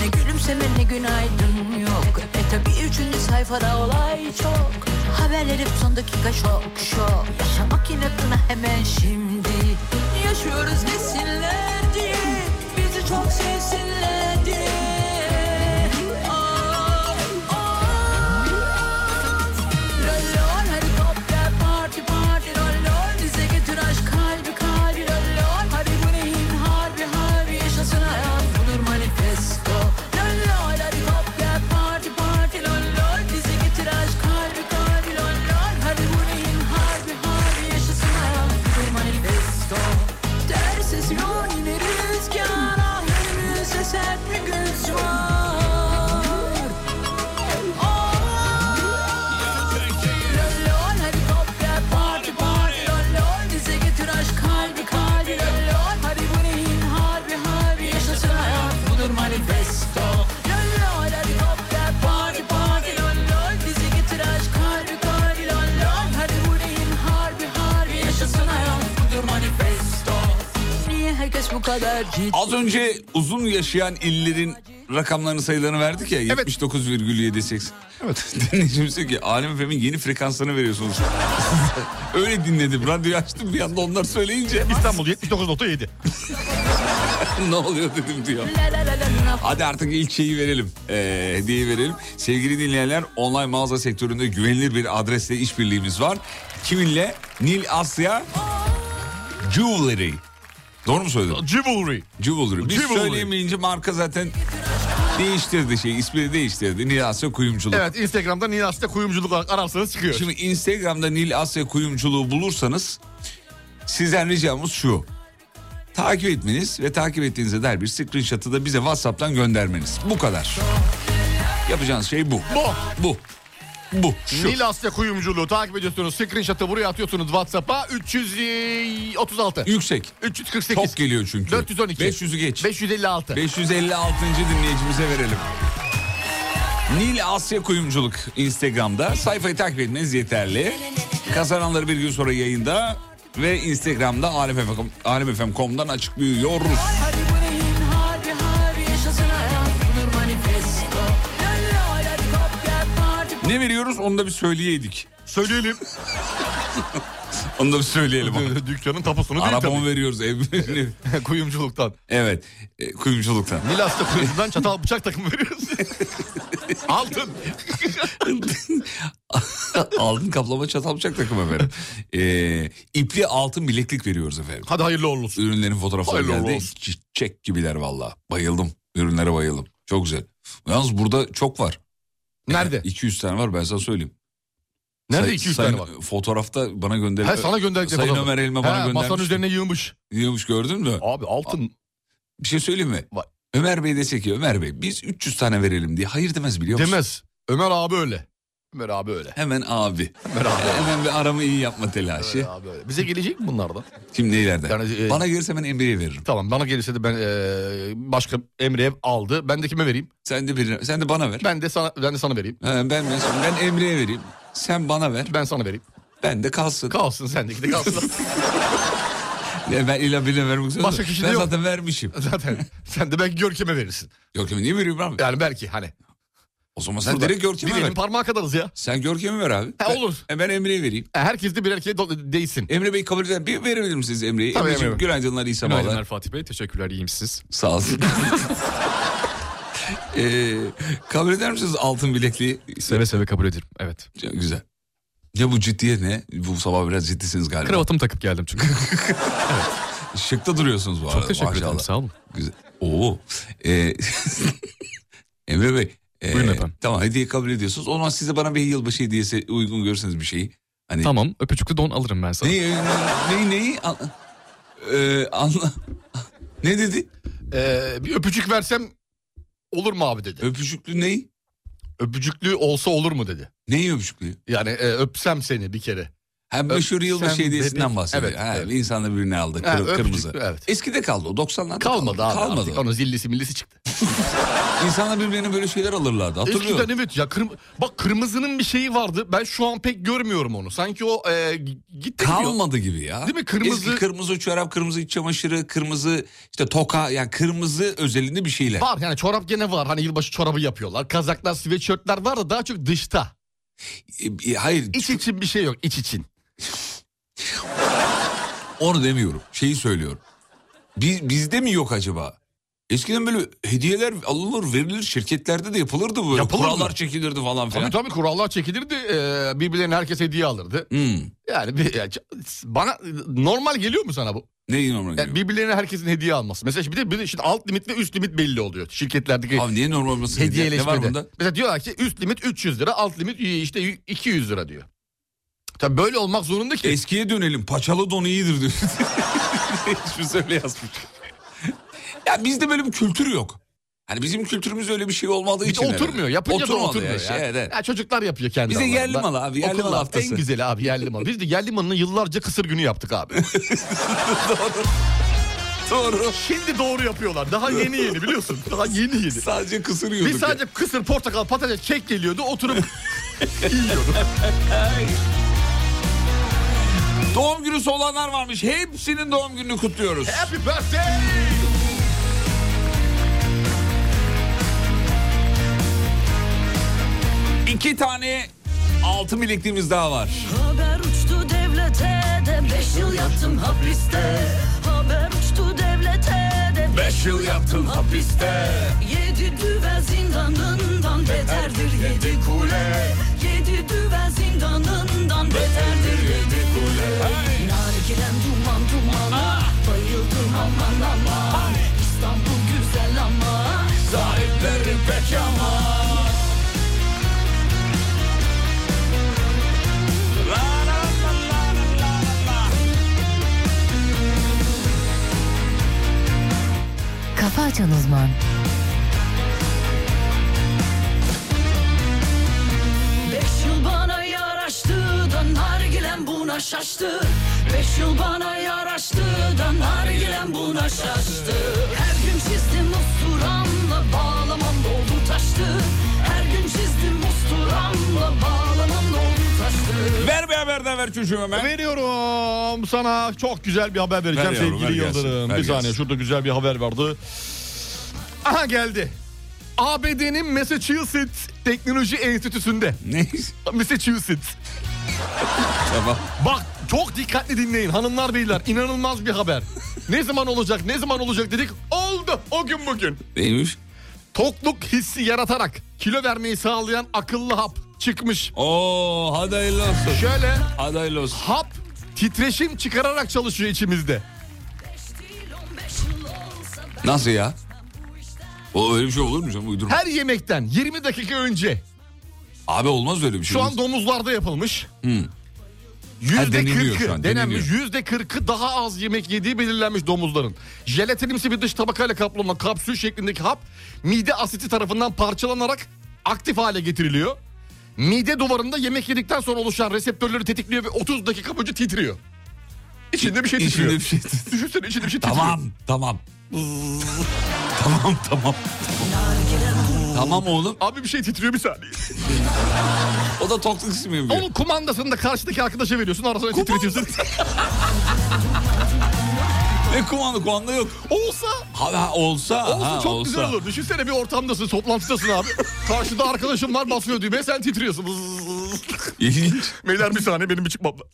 I: Ne gülümseme ne günaydın yok E tabi üçüncü sayfada olay çok Haberler hep son dakika şok şok Yaşamak inatına hemen şimdi Yaşıyoruz desinler diye Bizi çok sevsinler diye Ah, ah, Rollon hadi topla parti parti rollon Bize getir aşk kalbi kalbi rollon Hadi bu neyin harbi harbi yaşasın hayat Budur manifesto Rollon hadi topla parti parti serpme göz var Lol helikopter parti parti Lol lol bize getir aşk kalbi kalbi Lol lol hadi bu neyin harbi harbi Yaşasın hayat budur manifesto Lol lol helikopter parti parti Lol lol bize getir aşk kalbi kalbi Lol lol hadi bu neyin harbi harbi Yaşasın hayat budur manifesto Niye herkes bu kadar ciddi
E: Az önce uzun yaşayan illerin rakamlarını sayılarını verdik ya. 79,78. Evet. Dinleyicimiz diyor ki Alem Efem'in yeni frekansını veriyorsunuz. Öyle dinledim. Radyoyu açtım bir anda onlar söyleyince.
F: İstanbul 79.7.
E: ne oluyor dedim diyor.
I: La la la la la.
E: Hadi artık ilk şeyi verelim. Ee, hediyeyi verelim. Sevgili dinleyenler online mağaza sektöründe güvenilir bir adresle işbirliğimiz var. Kiminle? Nil Asya Jewelry. Doğru mu söyledim?
F: Jewelry.
E: Jewelry. Biz
F: Jewelry.
E: söyleyemeyince marka zaten değiştirdi şey. ismini değiştirdi. Nil Asya Kuyumculuk.
F: Evet Instagram'da Niyas'ta kuyumculuk olarak ararsanız çıkıyor.
E: Şimdi Instagram'da Nil Asya Kuyumculuğu bulursanız sizden ricamız şu. Takip etmeniz ve takip ettiğinize dair bir screenshot'ı da bize WhatsApp'tan göndermeniz. Bu kadar. Yapacağınız şey bu.
F: Bu.
E: Bu. Bu. Şu.
F: Nil Asya kuyumculuğu takip ediyorsunuz. Screenshot'ı buraya atıyorsunuz WhatsApp'a. 336.
E: Yüksek.
F: 348.
E: Top geliyor çünkü.
F: 412.
E: 500'ü geç.
F: 556.
E: 556. dinleyicimize verelim. Nil Asya Kuyumculuk Instagram'da. Sayfayı takip etmeniz yeterli. Kazananları bir gün sonra yayında ve Instagram'da alemfm.com alemfm.com'dan açıklıyoruz.
I: Hadi bu neyin harbi harbi Yaşasın hayat budur manifesto Lol lol helikopter parti
E: Ne veriyoruz onu da bir söyleyeydik.
F: Söyleyelim.
E: Onu da bir söyleyelim.
F: Dükkanın tapusunu değil
E: Arabamı veriyoruz ev.
F: tabii. Kuyumculuktan.
E: evet. e, Kuyumculuktan.
F: Nil Asya kuyumculuğundan çatal bıçak takımı veriyoruz. Altın.
E: altın kaplama çatal bıçak takım efendim. E, ipli altın bileklik veriyoruz efendim.
F: Hadi hayırlı uğurlu olsun.
E: Ürünlerin fotoğrafları
F: Hayırlı
E: geldi.
F: olsun.
E: Çiçek gibiler valla. Bayıldım. Ürünlere bayıldım. Çok güzel. Yalnız burada çok var.
F: Nerede?
E: 200 tane var ben sana söyleyeyim.
F: Nerede
E: Say-
F: 200
E: sayın-
F: tane var?
E: Fotoğrafta bana gönder.
F: He sana gönderecek.
E: Sayın
F: fotoğrafı.
E: Ömer Elma
F: He,
E: bana göndermiş.
F: Masanın üzerine yığmış.
E: Diyormuş gördün mü?
F: Abi altın.
E: Bir şey söyleyeyim mi?
F: Var.
E: Ömer Bey dese ki Ömer Bey biz 300 tane verelim diye hayır demez biliyor musun?
F: Demez. Ömer abi öyle. Ömer abi öyle.
E: Hemen abi. Hemen bir aramı iyi yapma telaşı.
F: Ömer abi öyle. Bize gelecek mi bunlardan?
E: Şimdi ileride.
F: Yani, e,
E: Bana gelirse ben Emre'ye veririm.
F: Tamam bana gelirse de ben eee, başka Emre'ye aldı. Ben de kime vereyim?
E: Sen de birine, sen de bana ver.
F: Ben de sana ben de sana vereyim.
E: Ha, Ben, ben, ben Emre'ye vereyim. Sen bana ver.
F: Ben sana vereyim.
E: Ben de kalsın.
F: Kalsın sendeki de kalsın.
E: Ya ben illa birine vermek zorunda.
F: Başka kişi de
E: ben
F: yok.
E: zaten vermişim.
F: Zaten sen de belki Görkem'e verirsin.
E: Yok ya, niye veriyorum abi?
F: Yani belki hani.
E: O zaman sen
F: Burada
E: direkt Görkem'e
F: Bir
E: ver.
F: elin parmağı kadarız ya.
E: Sen Görkem'e ver abi.
F: Ha,
E: Ben-
F: olur.
E: E, Ben Emre'ye vereyim.
F: E, Herkes de bir erkeğe do- değsin.
E: Emre Bey kabul eder. Bir verebilir misiniz Emre'yi?
F: Tabii,
E: Emre'ciğim
F: Emre Bey.
E: günaydınlar, iyi
J: Günaydınlar
E: sabahlar.
J: Fatih Bey. Teşekkürler. İyiyim siz.
E: Sağ olsun. Ee, kabul eder misiniz altın bilekliği?
J: Seve seve kabul ederim. Evet.
E: Ya, Güzel. Ya bu ciddiye ne? Bu sabah biraz ciddisiniz galiba.
J: Kravatımı takıp geldim çünkü.
E: Şıkta duruyorsunuz bu arada.
J: Çok teşekkür
E: maşallah.
J: ederim. Sağ olun.
E: Güzel. Oo. Ee, Emre Bey. ee,
J: Buyurun efendim.
E: Tamam hediye kabul ediyorsunuz. O zaman siz de bana bir yılbaşı hediyesi uygun görürseniz bir şeyi. Hani
J: Tamam. Öpücüklü don alırım ben sana.
E: Neyi neyi neyi? neyi? An- Ee, anla. Ne dedi?
F: E, bir öpücük versem olur mu abi dedi.
E: Öpücüklü neyi?
F: Öpücüklü olsa olur mu dedi.
E: Neyi öpücüklü?
F: Yani e, öpsem seni bir kere.
E: Hem meşhur yılbaşı
F: sen
E: hediyesinden
F: bebek-
E: bahsediyor.
F: Evet,
E: ha,
F: evet.
E: İnsanlar birbirine aldı.
F: Ha,
E: kır-
F: öpücüklü,
E: kırmızı.
F: evet.
E: Eskide kaldı o 90'larda.
F: Kalmadı abi.
E: Kalmadı.
F: artık. Onun zillisi millisi çıktı.
E: İnsanlar birbirine böyle şeyler alırlardı. Hatırlıyor
F: Eskiden evet ya kırm- bak kırmızının bir şeyi vardı. Ben şu an pek görmüyorum onu. Sanki o e, gitti gidiyor.
E: Kalmadı gibi ya.
F: Değil mi? Kırmızı-
E: Eski kırmızı çorap, kırmızı iç çamaşırı, kırmızı işte toka yani kırmızı özelinde bir şeyler.
F: Var yani çorap gene var. Hani yılbaşı çorabı yapıyorlar. Kazaklar, sweatshirtler var da daha çok dışta.
E: E, e, hayır
F: İç için bir şey yok iç için.
E: Onu demiyorum. Şeyi söylüyorum. Biz, bizde mi yok acaba? Eskiden böyle hediyeler alınır, verilir. Şirketlerde de yapılırdı böyle.
F: Yapılırdı.
E: Kurallar çekilirdi falan
F: Tabii
E: filan.
F: tabii kurallar çekilirdi. E, birbirlerine herkes hediye alırdı.
E: Hmm.
F: Yani bir, ya, ç- bana normal geliyor mu sana bu?
E: Ne normal
F: Yani
E: geliyor?
F: birbirlerine herkesin hediye alması. Mesela şimdi bir de, bir de şimdi alt limitle üst limit belli oluyor. Şirketlerdeki
E: Abi niye normal olmasın? Ne var
F: hediyeleşmede.
E: bunda?
F: Mesela diyorlar ki üst limit 300 lira, alt limit işte 200 lira diyor. Tabii böyle olmak zorunda ki.
E: Eskiye dönelim. Paçalı don iyidir diyor. şey Hiçbir öyle yazmış. ya bizde böyle bir kültür yok. Hani bizim kültürümüz öyle bir şey olmadığı
F: Hiç
E: için. herhalde.
F: oturmuyor. Yapınca
E: Oturmadı
F: da oturmuyor.
E: ya, şey,
F: ya.
E: evet, evet.
F: Ya çocuklar yapıyor kendi
E: Bize yerli
F: aralarında.
E: malı abi, yerli
F: Okullar.
E: malı haftası.
F: En güzel abi yerli malı. Biz de yerli malını yıllarca kısır günü yaptık abi. doğru. Doğru. Şimdi doğru yapıyorlar. Daha yeni yeni biliyorsun. Daha yeni yeni.
E: Sadece kısır yiyorduk.
F: Biz sadece kısır, portakal, patates, kek geliyordu. Oturup
E: Doğum günü olanlar varmış. Hepsinin doğum gününü kutluyoruz.
F: happy birthday.
E: İki tane altın bilekliğimiz daha var.
I: Haber uçtu devlete de beş yıl yattım hapiste. Haber uçtu devlete de
E: Beş yıl yattım hapiste.
I: Yedi düvel zindanından beterdir yedi kule. Yedi düvel zindanından beterdir yedi kule. Nargilen duman dumana bayıldım aman aman. İstanbul güzel ama sahipleri pek ama.
K: Kafa Açan Uzman.
I: Beş yıl bana yaraştı da nargilem buna şaştı Beş yıl bana yaraştı da nargilem buna şaştı Her gün çizdim usturamla bağlamam doldu taştı Her gün çizdim usturamla bağlamam doldu taştı
E: Ver bir haberden ver çocuğum hemen.
F: Veriyorum sana çok güzel bir haber vereceğim
E: Ver yavrum,
F: sevgili
E: ver gelsin,
F: Yıldırım.
E: ver
F: bir saniye
E: gelsin.
F: şurada güzel bir haber vardı. Aha geldi. ABD'nin Massachusetts Teknoloji Enstitüsü'nde.
E: Ne?
F: Massachusetts.
E: Tamam.
F: Bak çok dikkatli dinleyin hanımlar beyler inanılmaz bir haber. ne zaman olacak ne zaman olacak dedik oldu o gün bugün.
E: Neymiş?
F: Tokluk hissi yaratarak kilo vermeyi sağlayan akıllı hap çıkmış.
E: Oo hadi hayırlı olsun.
F: Şöyle
E: Hadi hayırlı olsun.
F: hap titreşim çıkararak çalışıyor içimizde.
E: Nasıl ya? O öyle bir şey olur mu canım? Uydurma.
F: Her yemekten 20 dakika önce
E: Abi olmaz öyle bir şey.
F: Şu an domuzlarda yapılmış.
E: Hı. Ha,
F: Yüzde
E: deniliyor şu
F: kırkı
E: an,
F: denenmiş.
E: deniliyor.
F: Yüzde kırkı daha az yemek yediği belirlenmiş domuzların. Jelatinimsi bir dış tabakayla kaplanan kapsül şeklindeki hap mide asiti tarafından parçalanarak aktif hale getiriliyor. Mide duvarında yemek yedikten sonra oluşan reseptörleri tetikliyor ve 30 dakika boyunca titriyor. İçinde bir şey
E: İçinde
F: titriyor.
E: bir şey
F: Düşünsene içinde bir şey titriyor.
E: Tamam tamam. tamam tamam. Tamam oğlum.
F: Abi bir şey titriyor bir saniye.
E: O da tokluk ismi yapıyor.
F: Onun kumandasını da karşıdaki arkadaşa veriyorsun. Arasına titretiyorsun.
E: Ne kumanda kumanda yok.
F: Olsa
E: Ha, ha, olsa.
F: Olsun
E: ha,
F: çok
E: olsa.
F: güzel olur. Düşünsene bir ortamdasın, toplantıdasın abi. Karşıda arkadaşın var basıyor düğmeye sen titriyorsun. Zzzz.
E: İlginç.
F: Beyler bir saniye benim bir çıkmam lazım.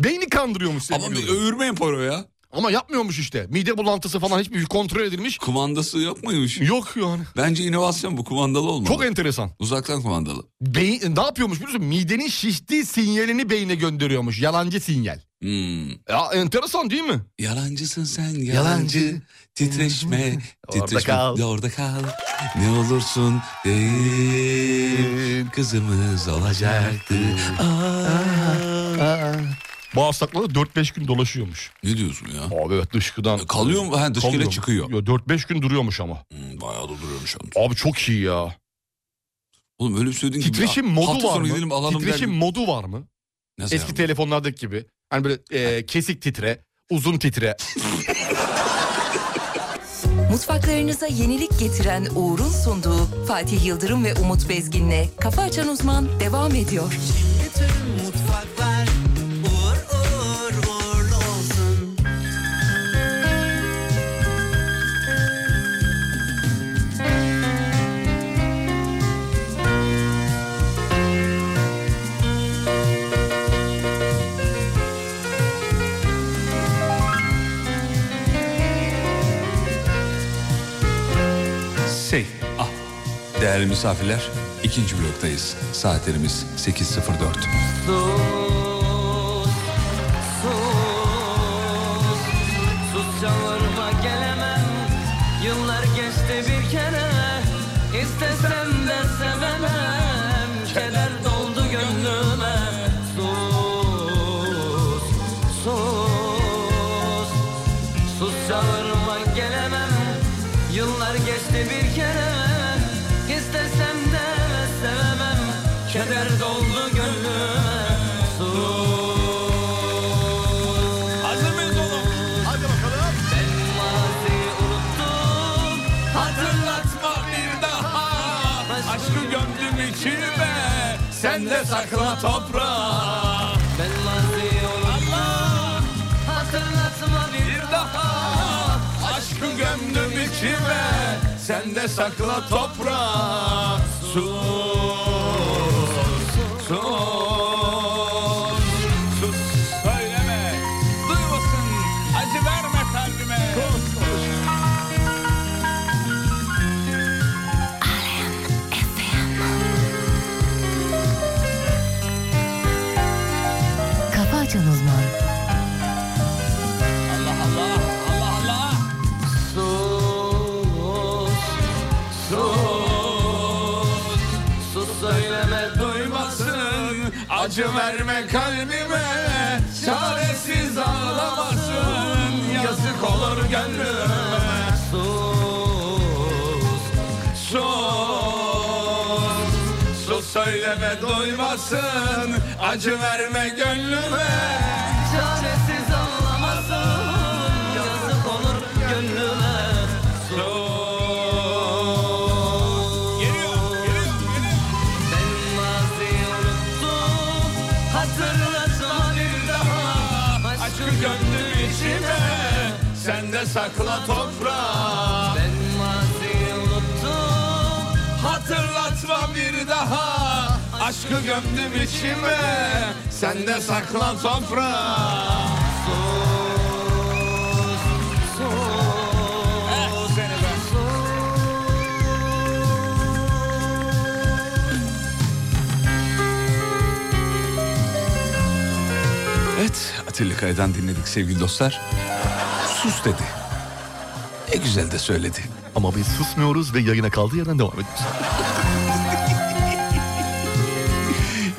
F: Beyni kandırıyormuş seni.
E: Ama
F: Ama,
E: bir övürme yapar o ya.
F: yapmıyormuş işte. Mide bulantısı falan hiçbir şey kontrol edilmiş.
E: Kumandası yok muymuş?
F: Yok yani.
E: Bence inovasyon bu kumandalı olmalı.
F: Çok enteresan.
E: Uzaktan kumandalı.
F: Beyin, e, ne yapıyormuş biliyor musun? Midenin şiştiği sinyalini beyine gönderiyormuş. Yalancı sinyal.
E: Hmm.
F: Ya enteresan değil mi?
E: Yalancısın sen yalancı.
F: Yalancı.
E: Titreşme.
F: Orada
E: titreşme.
F: kal.
E: De orada kal. Ne olursun değil. Kızımız olacaktı.
F: Bağırsakları 4-5 gün dolaşıyormuş.
E: Ne diyorsun ya? E,
F: Abi evet dışkıdan.
E: Kalıyor mu? Ha, dışkıyla
F: Kalıyor.
E: çıkıyor.
F: Ya 4-5 gün duruyormuş ama.
E: Hmm, bayağı da duruyormuş yalnız.
F: Abi çok iyi ya.
E: Oğlum öyle bir söylediğin gibi.
F: Titreşim
E: ha-
F: modu
E: hafta
F: var
E: sonu
F: mı?
E: gidelim alalım
F: Titreşim
E: derdim.
F: modu var mı?
E: Nasıl
F: Eski
E: yani?
F: telefonlardaki gibi. Hani böyle e, kesik titre, uzun titre.
A: Mutfaklarınıza yenilik getiren Uğur'un sunduğu Fatih Yıldırım ve Umut Bezgin'le Kafa Açan Uzman devam ediyor.
B: Tüm mutfaklar uğur uğur uğurlu olsun.
E: Şey, ah. Değerli misafirler, ikinci bloktayız. Saatlerimiz 8.04.
B: Sus, sus, sus yalvarma gelemem Yıllar geçti bir kere İstesem de sevemem Keder doldu gönlüme Sus, sus, sus yalvarma gelemem Yıllar geçti bir kere İstesem de sevemem Keder doldu gönlüme Sus Hazır mıyız oğlum? Hadi bakalım Ben maziyi unuttum Hatırlatma bir daha Aşkı gömdüm içime Sen de sakla toprağa Ben maziyi unuttum Hatırlatma bir daha
I: Aşkı gömdüm içime Sen de sakla toprağa Sus Sus Sus Söyleme Duymasın Acı verme kalbime
A: Kafa Açan Uzman
B: Allah Allah Allah Allah Sus Sus Sus söyleme duymasın
I: Acı verme kalbime Çaresiz ağlamasın Yazık olur gönlüme Sus Sus Sus söyleme duymasın Acı verme gönlüme
B: Çaresiz ağlamasın Yazık olur gönlüme Sus Geliyor geliyor geliyor Ben maziyi unuttum Hatırlatma bir daha Aşkı gömdüm içime
I: Sen de sakla toprağa
B: Ben maziyi unuttum
I: Hatırlatma bir daha Aşkı gömdüm içime Sen de sakla toprağa
B: Sus seni ben
E: Evet Atilla Kaya'dan dinledik sevgili dostlar. Sus dedi. Ne güzel de söyledi.
F: Ama biz susmuyoruz ve yayına kaldığı yerden devam ediyoruz.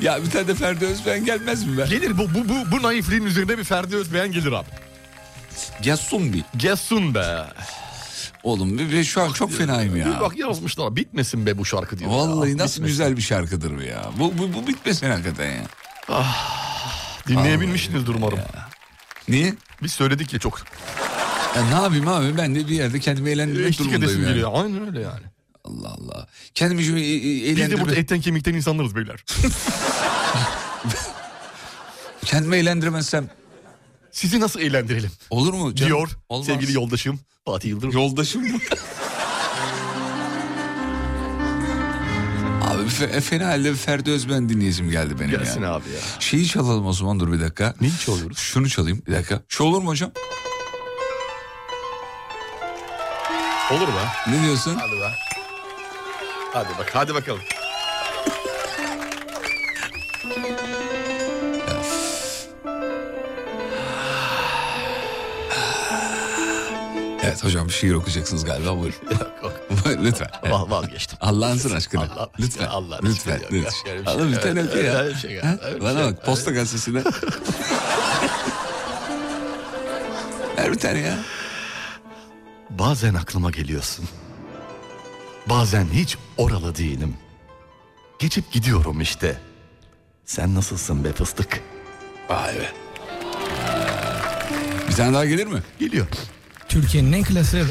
E: ya bir tane de Ferdi Özbeğen gelmez mi be?
F: Gelir bu, bu, bu, bu naifliğin üzerine bir Ferdi Özbeğen gelir abi.
E: Gessun bir.
F: Gessun be.
E: Oğlum bir, bir şu an çok fenayım ya.
F: Bir bak yazmışlar bitmesin be bu şarkı diyor.
E: Vallahi nasıl
F: ya. Ah, Bitmesin.
E: güzel bir şarkıdır bu ya. Bu, bu, bu bitmesin hakikaten ya.
F: Ah, Dinleyebilmişsinizdir umarım.
E: Niye?
F: Biz söyledik ya çok. Ee,
E: Ya ne yapayım abi ben de bir yerde kendimi eğlendirmek
F: Eşlik
E: durumundayım
F: edesim
E: yani.
F: geliyor. Aynen öyle yani.
E: Allah Allah. Kendimi şimdi e- e-
F: Biz de
E: eğlendirme-
F: burada etten kemikten insanlarız beyler.
E: Kendimi eğlendirmezsem.
F: Sizi nasıl eğlendirelim?
E: Olur mu? canım?
F: Diyor
E: Olmaz.
F: sevgili yoldaşım Fatih Yıldırım.
E: Yoldaşım mı? Abi fe- e, fena halde Ferdi Özben dinleyesim geldi benim
F: Gelsin
E: ya.
F: abi ya.
E: Şeyi çalalım o zaman dur bir dakika.
F: Neyi çalıyoruz?
E: Şunu çalayım bir dakika. Şu olur mu hocam?
F: Olur mu?
E: Ne diyorsun?
F: Hadi be. Hadi bak hadi bakalım.
E: Evet hocam bir şiir okuyacaksınız galiba buyurun. lütfen.
F: Va- vazgeçtim.
E: Allah'ın aşkına. lütfen.
F: Allah
E: lütfen.
F: aşkına yok ya,
E: lütfen.
F: öyle bir şey
E: Adam bir
F: yok.
E: tane öpüyor ya.
F: Öyle bir şey yok,
E: Ha?
F: öyle bir
E: Bana
F: şey
E: bak posta gazetesine. Ver bir tane ya.
F: Bazen aklıma geliyorsun. Bazen hiç oralı değilim. Geçip gidiyorum işte. Sen nasılsın be fıstık?
E: Vay be. Bir tane daha gelir mi?
F: Geliyor.
L: Türkiye'nin en klası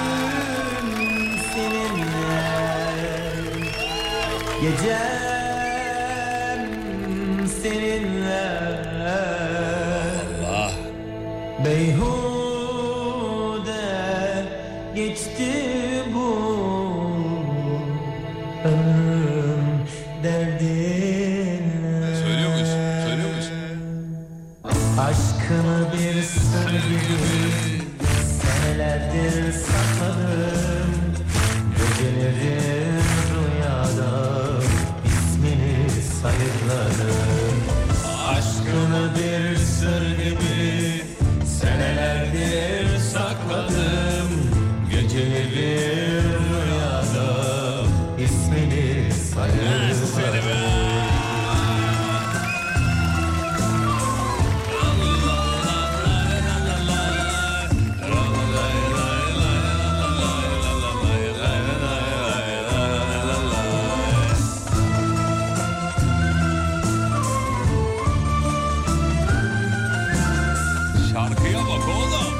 B: Gündüzüm seninle Gecem seninle Allah Beyhude geçti bu ömrüm derdinle Söylüyor muyuz? Söylüyor muyuz? Aşkını bir sır gibi Senelerdir sakladım Gecelerim rüyada ismini beni sarılır
C: Şarkıya bak oğlum.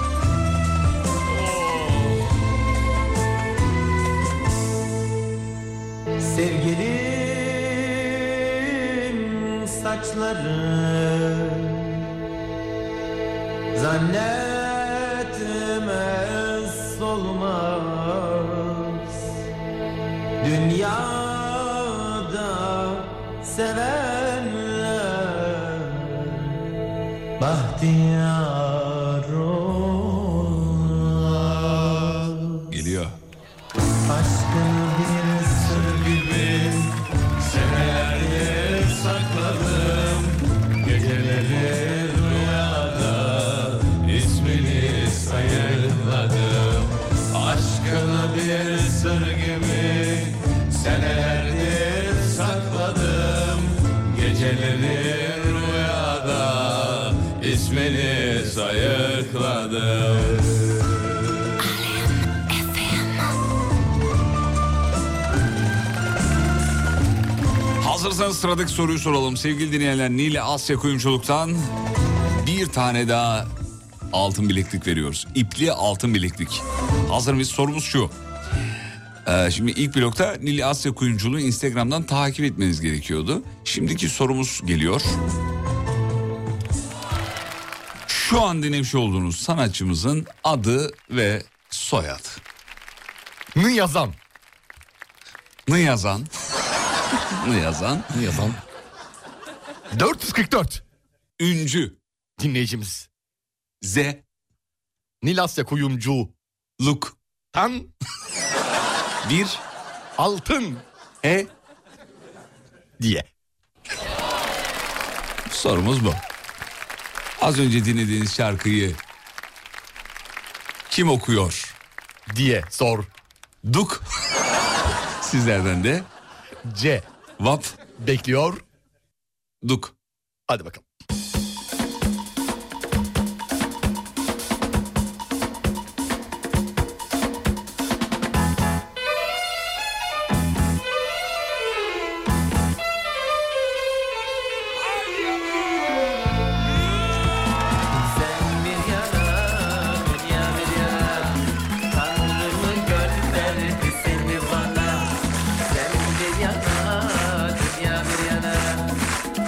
B: Sevgilim saçları Zannetmez solmaz Dünyada sevenler Bahtiyar onlar
E: Geliyor.
B: Aşkın bir sır gibi senelerdir sakladım Geceleri rüyada ismini sayıkladım Aşkını bir sır gibi senelerdir sakladım Geceleri rüyada ismini sayıkladım
E: Hazırsanız sıradaki soruyu soralım. Sevgili dinleyenler Nile Asya Kuyumculuk'tan bir tane daha altın bileklik veriyoruz. İpli altın bileklik. Hazır mıyız? Sorumuz şu. Ee, şimdi ilk blokta Nile Asya Kuyumculuğu Instagram'dan takip etmeniz gerekiyordu. Şimdiki sorumuz geliyor. Şu an dinlemiş olduğunuz sanatçımızın adı ve soyadı.
F: Nı yazan.
E: Nı yazan. Nı yazan.
F: Nı yazan. 444.
E: Üncü.
F: Dinleyicimiz.
E: Z.
F: Nilasya kuyumcu.
E: Luk.
F: Tan.
E: Bir.
F: Altın.
E: E.
F: Diye.
E: Sorumuz bu. Az önce dinlediğiniz şarkıyı kim okuyor
F: diye sor.
E: Duk. Sizlerden de
F: C.
E: Vap.
F: Bekliyor.
E: Duk.
F: Hadi bakalım.
B: Sen bir yana, dünya bir yana Tanrımın gönderdi seni bana Sen bir yana, dünya bir yana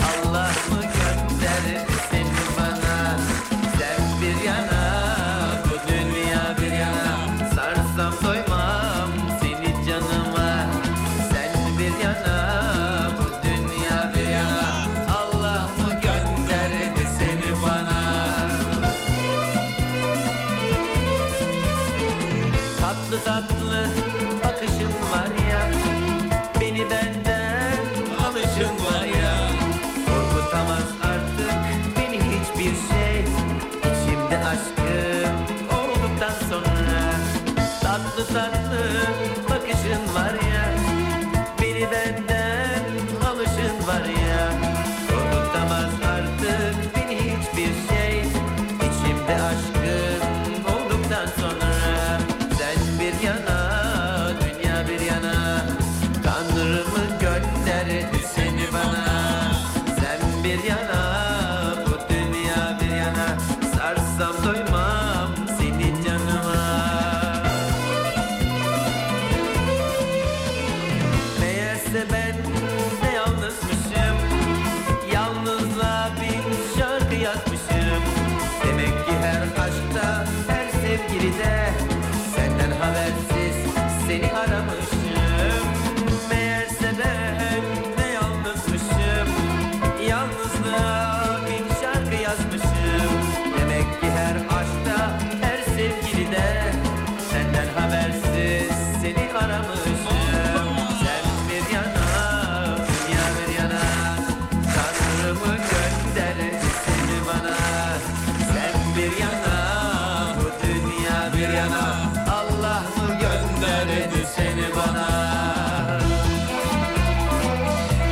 B: Allah mı gönderdi seni bana Sen bir yana, bu dünya bir yana Sarsam doymam seni canıma Sen bir yana, bu dünya bir yana Allah mı gönderdi seni bana Tatlı tatlı bakışın var ya Beni benden alışın var ya Korkutamaz artık beni hiçbir şey İçimde aşkım olduktan sonra Tatlı tatlı bakışın var ya Beni benden alışın var ya Korkutamaz artık beni hiçbir şey İçimde aşkın olduktan sonra Sen bir yana, dünya bir yana Tanrımın gönderdi seni bana Sen bir yana, bu dünya bir yana Sarsam doymam seni canıma Meğerse ben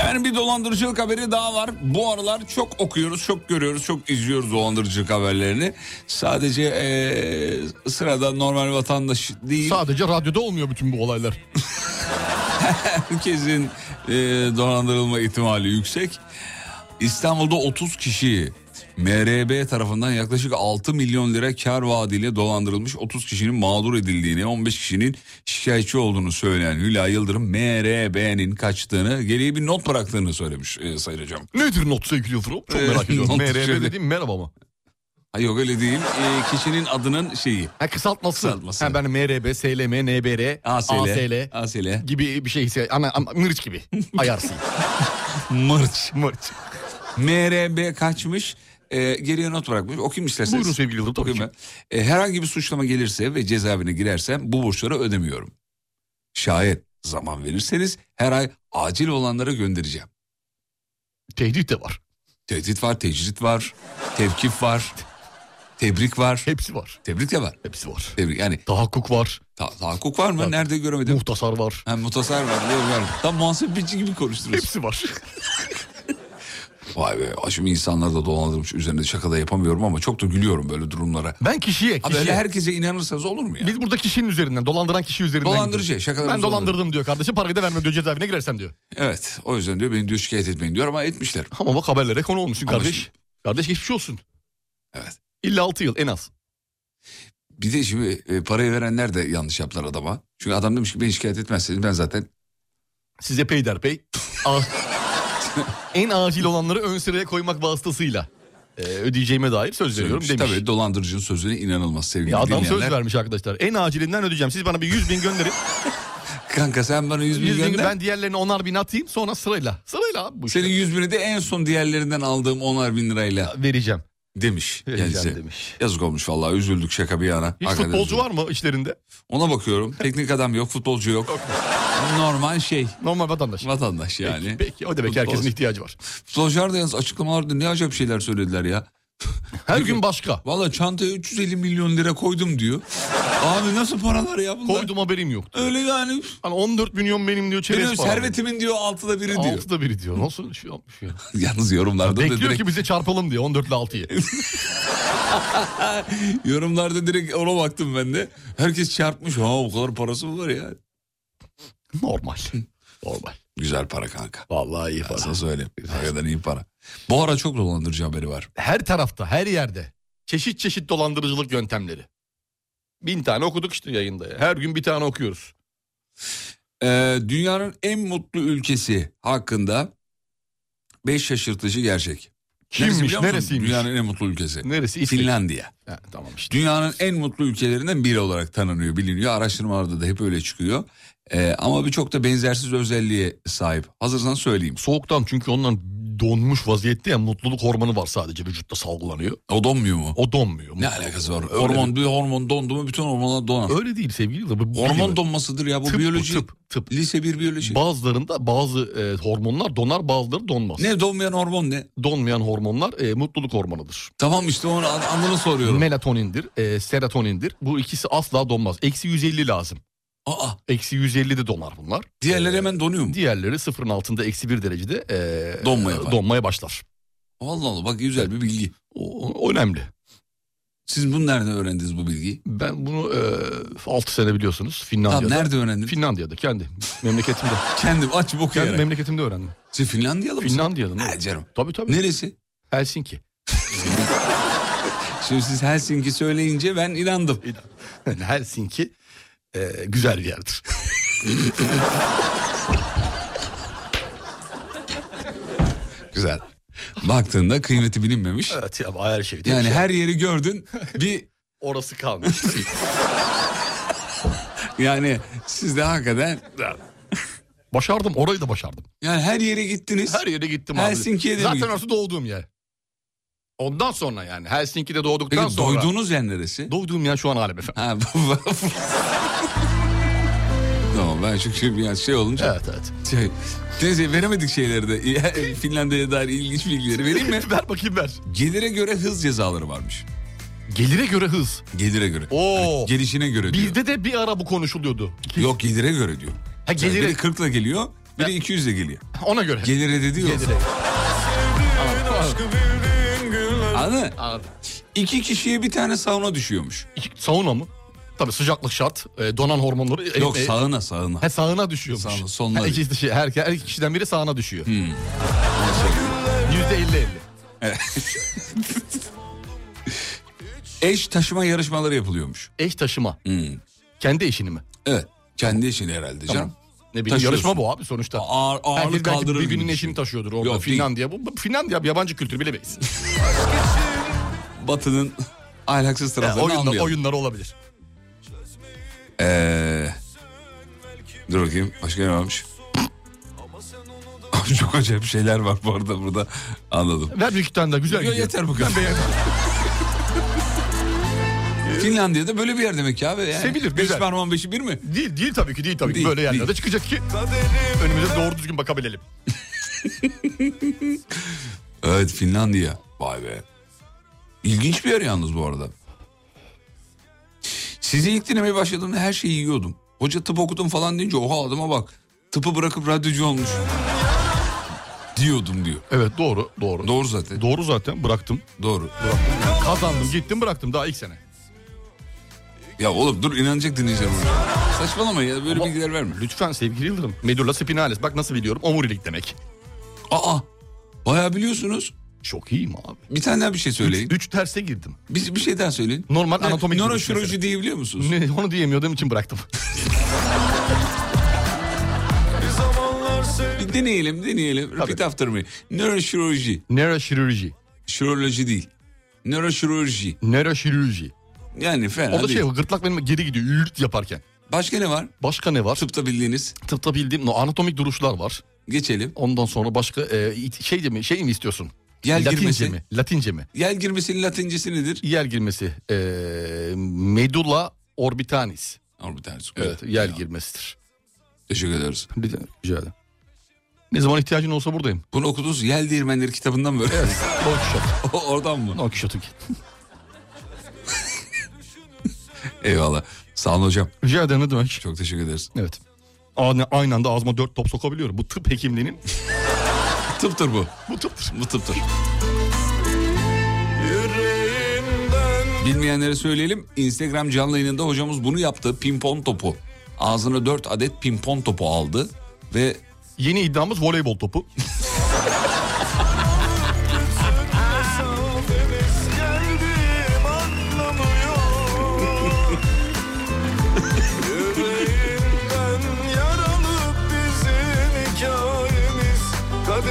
E: Efendim bir dolandırıcılık haberi daha var. Bu aralar çok okuyoruz, çok görüyoruz, çok izliyoruz dolandırıcılık haberlerini. Sadece eee sıradan normal vatandaş değil.
F: Sadece radyoda olmuyor bütün bu olaylar.
E: Herkesin eee, dolandırılma ihtimali yüksek. İstanbul'da 30 kişi MRB tarafından yaklaşık 6 milyon lira kar vaadiyle dolandırılmış 30 kişinin mağdur edildiğini 15 kişinin şikayetçi olduğunu söyleyen Hülya Yıldırım MRB'nin kaçtığını geriye bir not bıraktığını söylemiş e, Sayın Hocam.
F: Nedir not sevgili Yıldırım? Çok
E: Ee,
F: merak ediyorum.
E: not
F: MRB
E: şöyle.
F: dediğim merhaba mı?
E: Hayır yok öyle değil. E, kişinin adının şeyi.
F: Ha, kısaltması.
E: Kısaltması.
F: Ha, ben MRB, SLM, NBR,
E: ASL.
F: ASL,
E: ASL.
F: gibi bir şey. hisse- Ana, ama mırç gibi. Ayarsın.
E: Mırç. Mırç. MRB kaçmış. e, geriye not bırakmış. Okuyayım isterseniz.
F: Buyurun sevgili Yıldırım, tabii
E: Okuyayım ben. E, herhangi bir suçlama gelirse ve cezaevine girersem bu borçları ödemiyorum. Şayet zaman verirseniz her ay acil olanlara göndereceğim.
F: Tehdit de var.
E: Tehdit var, tecrit var, tevkif var, tebrik var.
F: Hepsi var.
E: Tebrik de var.
F: Hepsi var.
E: Tebrik yani.
F: Tahakkuk var.
E: Ta- tahakkuk var mı? Nerede göremedim?
F: Muhtasar var.
E: Ha, mutasar var. Doğru, var. Tam muhasebeci gibi konuşturuyorsun.
F: Hepsi var.
E: Vay be şimdi insanlar da dolandırmış üzerine şaka da yapamıyorum ama çok da gülüyorum böyle durumlara.
F: Ben kişiye,
E: Abi
F: kişiye.
E: öyle herkese inanırsanız olur mu ya?
F: Biz burada kişinin üzerinden, dolandıran kişi üzerinden.
E: Dolandırıcı,
F: gidiyoruz.
E: şakalarımız
F: Ben dolandırdım diyor kardeşim. Parayı da vermem diyor cezaevine girersem diyor.
E: Evet o yüzden diyor beni diyor şikayet etmeyin diyor ama etmişler.
F: Ama bak haberlere konu olmuşsun
E: Ama
F: kardeş.
E: şimdi-
F: Kardeş geçmiş olsun.
E: Evet.
F: İlla 6 yıl en az.
E: Bir de şimdi e, parayı verenler de yanlış yaptılar adama. Çünkü adam demiş ki beni şikayet etmezseniz ben zaten
F: Size peyderpey. a- en acil olanları ön sıraya koymak vasıtasıyla e, ödeyeceğime dair söz veriyorum
E: söylemiş.
F: demiş.
E: Tabii dolandırıcının sözüne inanılmaz sevgili
F: Ya adam
E: dinleyenler.
F: söz vermiş arkadaşlar. En acilinden ödeyeceğim. Siz bana bir 100 bin gönderin.
E: Kanka sen bana 100 bin
F: 100 bin
E: gönder.
F: ben diğerlerine onar bin atayım sonra sırayla. Sırayla abi bu işler.
E: Senin 100 bini de en son diğerlerinden aldığım 10'ar bin lirayla
F: vereceğim.
E: Demiş.
F: Vereceğim
E: kendisi.
F: demiş.
E: Yazık olmuş vallahi üzüldük şaka bir yana.
F: Hiç
E: Hakikaten
F: futbolcu
E: üzüldük.
F: var mı işlerinde?
E: Ona bakıyorum. Teknik adam yok, futbolcu yok. Normal şey.
F: Normal vatandaş.
E: Vatandaş yani.
F: Peki, peki. o demek ki herkesin
E: Futbolcu.
F: ihtiyacı var.
E: Futbolcular da yalnız açıklamalarda ne acayip şeyler söylediler ya.
F: Her gün başka.
E: Valla çantaya 350 milyon lira koydum diyor. Abi nasıl paralar ya bunlar?
F: Koydum haberim yok.
E: Öyle yani.
F: Hani 14 milyon benim diyor çerez
E: Benim
F: param.
E: servetimin diyor altıda biri diyor.
F: Altıda biri diyor. Nasıl öyle şey olmuş ya?
E: Yalnız yorumlarda da
F: Bekliyor
E: direkt,
F: ki bize çarpalım diye 14 ile 6'yı.
E: yorumlarda direkt ona baktım ben de. Herkes çarpmış. Ha o kadar parası mı var ya?
F: Normal. Normal.
E: Güzel para kanka.
F: Vallahi iyi para.
E: Sana söyleyeyim. Hakikaten iyi para. Bu ara çok dolandırıcı haberi var.
F: Her tarafta, her yerde çeşit çeşit dolandırıcılık yöntemleri. Bin tane okuduk işte yayında. ya. Her gün bir tane okuyoruz.
E: Ee, dünyanın en mutlu ülkesi hakkında 5 şaşırtıcı gerçek.
F: Kimmiş,
E: Neresi biliyor musun?
F: neresiymiş?
E: Dünyanın en mutlu ülkesi.
F: Neresi? İsveç.
E: Finlandiya.
F: Ha, tamam işte.
E: Dünyanın en mutlu ülkelerinden biri olarak tanınıyor, biliniyor. Araştırmalarda da hep öyle çıkıyor. Ee, ama birçok da benzersiz özelliğe sahip. Hazırsan söyleyeyim.
F: Soğuktan çünkü ondan donmuş vaziyette ya mutluluk hormonu var sadece vücutta salgılanıyor.
E: O donmuyor mu?
F: O donmuyor.
E: Ne alakası var?
F: Öyle
E: hormon bir hormon dondu mu bütün hormonlar donar.
F: Öyle değil sevgili de. bu- bu
E: Hormon
F: bilim.
E: donmasıdır ya bu
F: Tıp bu,
E: biyoloji.
F: tıp, tıp.
E: Lise 1 biyoloji.
F: Bazılarında bazı e, hormonlar donar bazıları donmaz.
E: ne donmayan hormon ne?
F: Donmayan hormonlar e, mutluluk hormonudur.
E: Tamam işte onu anlamını soruyorum.
F: Melatonindir, e, serotonindir. Bu ikisi asla donmaz. Eksi 150 lazım.
E: Aa,
F: Eksi 150'de donar bunlar. E,
E: diğerleri hemen donuyor mu?
F: Diğerleri sıfırın altında eksi 1 derecede e,
E: Donmaya başlar.
F: donmaya başlar.
E: Allah Allah bak güzel bir bilgi.
F: O, o önemli.
E: Siz bunu nereden öğrendiniz bu bilgiyi?
F: Ben bunu e, 6 sene biliyorsunuz Finlandiya'da.
E: Tamam nerede öğrendin?
F: Finlandiya'da kendi memleketimde.
E: Kendim açıp
F: kendi
E: okuyarak.
F: memleketimde öğrendim.
E: Siz Finlandiyalı mısın?
F: Finlandiya'da ne?
E: Ha canım.
F: Tabii tabii.
E: Neresi?
F: Helsinki.
E: Şimdi siz Helsinki söyleyince ben inandım.
F: Yani Helsinki e, güzel bir yerdir.
E: Güzel. Baktığında kıymeti bilinmemiş.
F: evet ya her şey. değil mi?
E: Yani her yeri gördün bir
F: Orası kalmış.
E: yani siz de hakikaten
F: başardım orayı da başardım.
E: yani her yere gittiniz.
F: Her yere gittim abi.
E: Helsinki'ye de mi
F: Zaten
E: gittin?
F: orası doğduğum yer. Ondan sonra yani Helsinki'de doğduktan
E: Peki
F: sonra.
E: doyduğunuz yer neresi?
F: Doğduğum yer şu an Alem efendim.
E: Ha, bu- bu- tamam ben çünkü bir an şey olunca
F: Evet evet.
E: Şey, neyse veremedik şeyleri de. Finlandiya'ya dair ilginç bilgileri vereyim mi?
F: ver bakayım ver.
E: Gelire göre hız cezaları varmış.
F: Gelire göre hız.
E: Gelire göre.
F: Oo.
E: Yani gelişine göre diyor.
F: Bizde de bir ara bu konuşuluyordu.
E: Yok gelire göre diyor.
F: Ha,
E: Yani
F: gelire-
E: biri 40'la geliyor. Biri 200 ile geliyor.
F: Ona göre.
E: Gelire dedi diyor. Anı. İki kişiye bir tane sauna düşüyormuş.
F: Sauna mı? Tabii sıcaklık şart. E, donan hormonları.
E: Yok, sağına, sağına.
F: He sağına düşüyormuş. Sağına
E: sonuna. Hmm.
F: Her iki, kişi, her, her iki kişiden biri sağına düşüyor. Yüzde elli elli.
E: Eş taşıma yarışmaları yapılıyormuş. Hmm.
F: Eş taşıma. Kendi eşini mi?
E: Evet. Kendi eşini herhalde
F: Tamam.
E: canım.
F: Ne bileyim
E: Taşıyorsun.
F: yarışma bu abi sonuçta.
E: Ağır, ağırlık
F: Herkes belki
E: kaldırır
F: birbirinin
E: gibi.
F: eşini taşıyordur orada.
E: Yok, değil.
F: Finlandiya bu. bu Finlandiya yabancı kültür bilemeyiz.
E: Batının ahlaksız taraflarını
F: oyunlar,
E: almayalım.
F: Oyunları olabilir.
E: Ee, dur bakayım başka ne varmış? Çok acayip şeyler var bu arada burada. Anladım.
F: Ver bir iki tane daha güzel
E: Yo,
F: gidiyor.
E: yeter bu kadar.
F: Ben beğendim.
E: Finlandiya'da böyle bir yer demek ki abi. Yani.
F: Ee, Sevilir,
E: Beş
F: güzel.
E: parmağın beşi bir mi?
F: Değil, değil tabii ki değil tabii
E: Değil,
F: ki. Böyle yerlerde
E: değil.
F: çıkacak ki önümüze doğru düzgün bakabilelim.
E: Evet Finlandiya. Vay be. İlginç bir yer yalnız bu arada. Sizi ilk dinlemeye başladığımda her şeyi yiyordum. Hoca tıp okudum falan deyince oha adama bak. Tıpı bırakıp radyocu olmuş. Diyordum diyor.
F: Evet doğru doğru.
E: Doğru zaten.
F: Doğru zaten bıraktım.
E: Doğru.
F: Kazandım gittim bıraktım daha ilk sene.
E: Ya oğlum dur inanacak dinleyiciler bunu. Saçmalama ya böyle bilgiler verme.
F: Lütfen sevgili Yıldırım. Medulla spinalis bak nasıl biliyorum omurilik demek.
E: Aa bayağı biliyorsunuz.
F: Çok iyiyim abi.
E: Bir tane daha bir şey söyleyin.
F: Üç, üç derse girdim.
E: Bir, bir şey daha söyleyin.
F: Normal
E: Ne-
F: anatomik.
E: nöroşirurji diyebiliyor musunuz?
F: Ne, onu diyemiyordum için bıraktım.
E: Bir deneyelim deneyelim. Repeat after me. Nöroşirurji.
F: Nöroşirurji.
E: Şirurji değil. Nöroşirurji.
F: Nöroşirurji.
E: Yani fena
F: o da şey
E: değil.
F: o gırtlak benim geri gidiyor yürüt yaparken.
E: Başka ne var?
F: Başka ne var?
E: Tıpta bildiğiniz.
F: Tıpta bildiğim no, anatomik duruşlar var.
E: Geçelim.
F: Ondan sonra başka e, it- şey de mi şey mi istiyorsun?
E: Yel
F: Latince
E: girmesi.
F: mi? Latince mi?
E: Yel girmesinin latincesi nedir?
F: Yer girmesi. e, medulla orbitanis.
E: Orbitalis.
F: Evet, yer girmesidir.
E: Teşekkür ederiz.
F: Bir de rica ederim. Ne zaman ihtiyacın olsa buradayım.
E: Bunu okudunuz Yel Değirmenleri kitabından mı?
F: Evet. Don Quixote.
E: O- Oradan mı?
F: Don Quixote.
E: Eyvallah. Sağ olun hocam.
F: Rica ederim ne demek.
E: Çok teşekkür ederiz.
F: Evet. Aynı, aynı anda ağzıma dört top sokabiliyorum. Bu tıp hekimliğinin.
E: Tıptır bu.
F: Bu tıptır.
E: Bu tıptır. Bilmeyenlere söyleyelim. Instagram canlı yayınında hocamız bunu yaptı. Pimpon topu. Ağzına 4 adet pimpon topu aldı. Ve
F: Yeni iddiamız voleybol topu.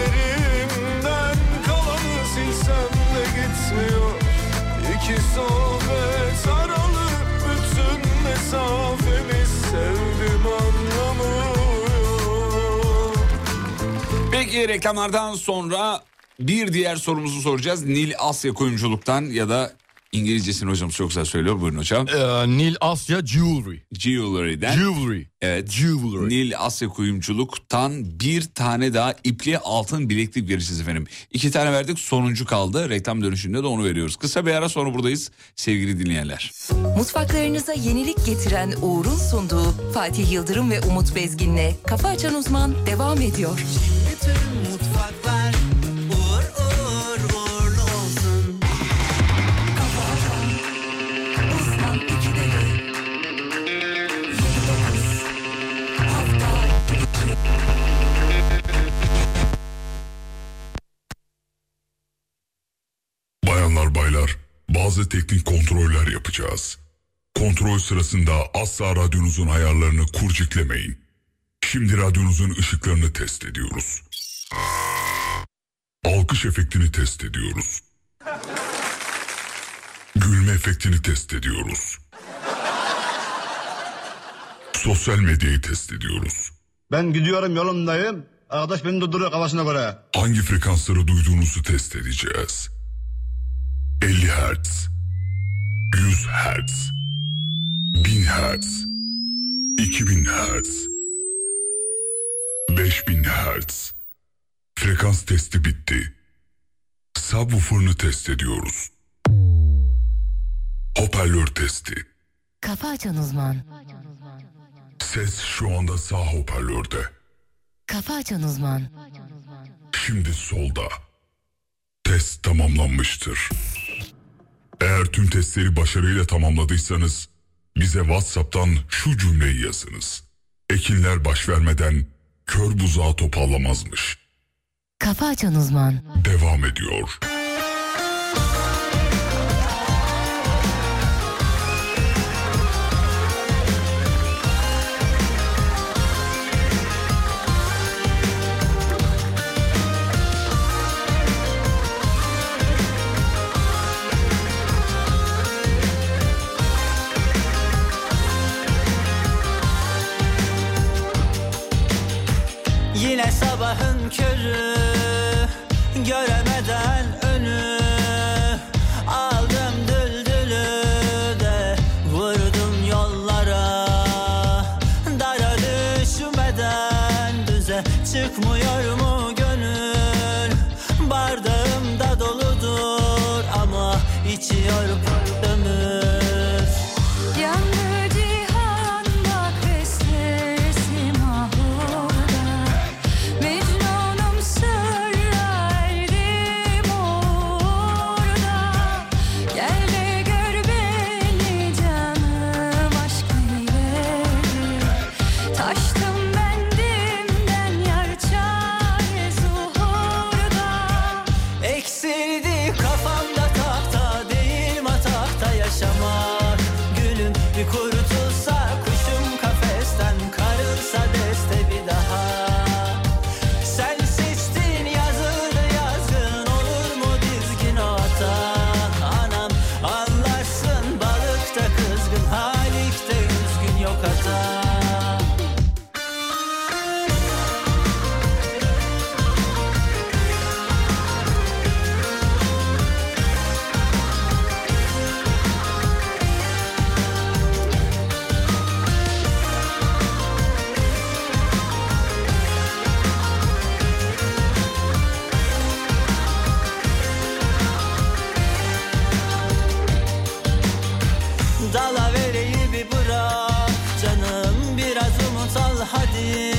B: Kaderimden kalanı silsem de gitmiyor İki sohbet aralı bütün mesafemiz Sevdim anlamıyor
E: Peki reklamlardan sonra bir diğer sorumuzu soracağız. Nil Asya Koyunculuk'tan ya da İngilizcesini hocamız çok güzel söylüyor. Buyurun hocam.
F: Ee, Nil Asya Jewelry.
E: Jewelry'den.
F: Jewelry.
E: Evet. Nil Asya Kuyumculuk'tan bir tane daha ipli altın bileklik vereceğiz efendim. İki tane verdik sonuncu kaldı. Reklam dönüşünde de onu veriyoruz. Kısa bir ara sonra buradayız sevgili dinleyenler.
A: Mutfaklarınıza yenilik getiren Uğur'un sunduğu Fatih Yıldırım ve Umut Bezgin'le Kafa Açan Uzman devam ediyor.
B: Mutfaklar uğur uğur uğurlu olsun
M: Bayanlar baylar, bazı teknik kontroller yapacağız. Kontrol sırasında asla radyonuzun ayarlarını kurciklemeyin. Şimdi radyonuzun ışıklarını test ediyoruz. Alkış efektini test ediyoruz. Gülme efektini test ediyoruz. Sosyal medyayı test ediyoruz.
N: Ben gidiyorum yolumdayım. Arkadaş beni durduruyor kafasına göre.
M: Hangi frekansları duyduğunuzu test edeceğiz. 50 Hz, 100 Hz, 1000 Hz, 2000 Hz, 5000 Hz. Frekans testi bitti. Subwoofer'ını test ediyoruz. Hoparlör testi.
O: Kafa Açan Uzman.
M: Ses şu anda sağ hoparlörde.
A: Kafa Açan Uzman
M: Şimdi solda. Test tamamlanmıştır. Eğer tüm testleri başarıyla tamamladıysanız bize WhatsApp'tan şu cümleyi yazınız. Ekinler baş vermeden kör buzağı topallamazmış.
A: Kafa Açan Uzman
M: Devam ediyor.
P: Yine sabahın körü Göremeden önü Aldım düldülü de Vurdum yollara Dara düşmeden düze Çıkmıyor mu gönül Bardağım da doludur Ama içiyor ömür
I: Yandı cihan bak beslesim ahurda Mecnunum sırra erdim orada Gel de gör beni canım aşk neyledi Taştım bendimden yar çare zuhurda
P: Eksildi kafamda tahta değil matakta yaşamak Gülüm bir kurtulsa kuşum kafesten karılsa deste bir daha Sen seçtin yazılı yazgın olur mu dizgin ota Anam anlarsın balıkta kızgın halikte üzgün yok hata Dalavereyi bir bırak canım biraz umut al hadi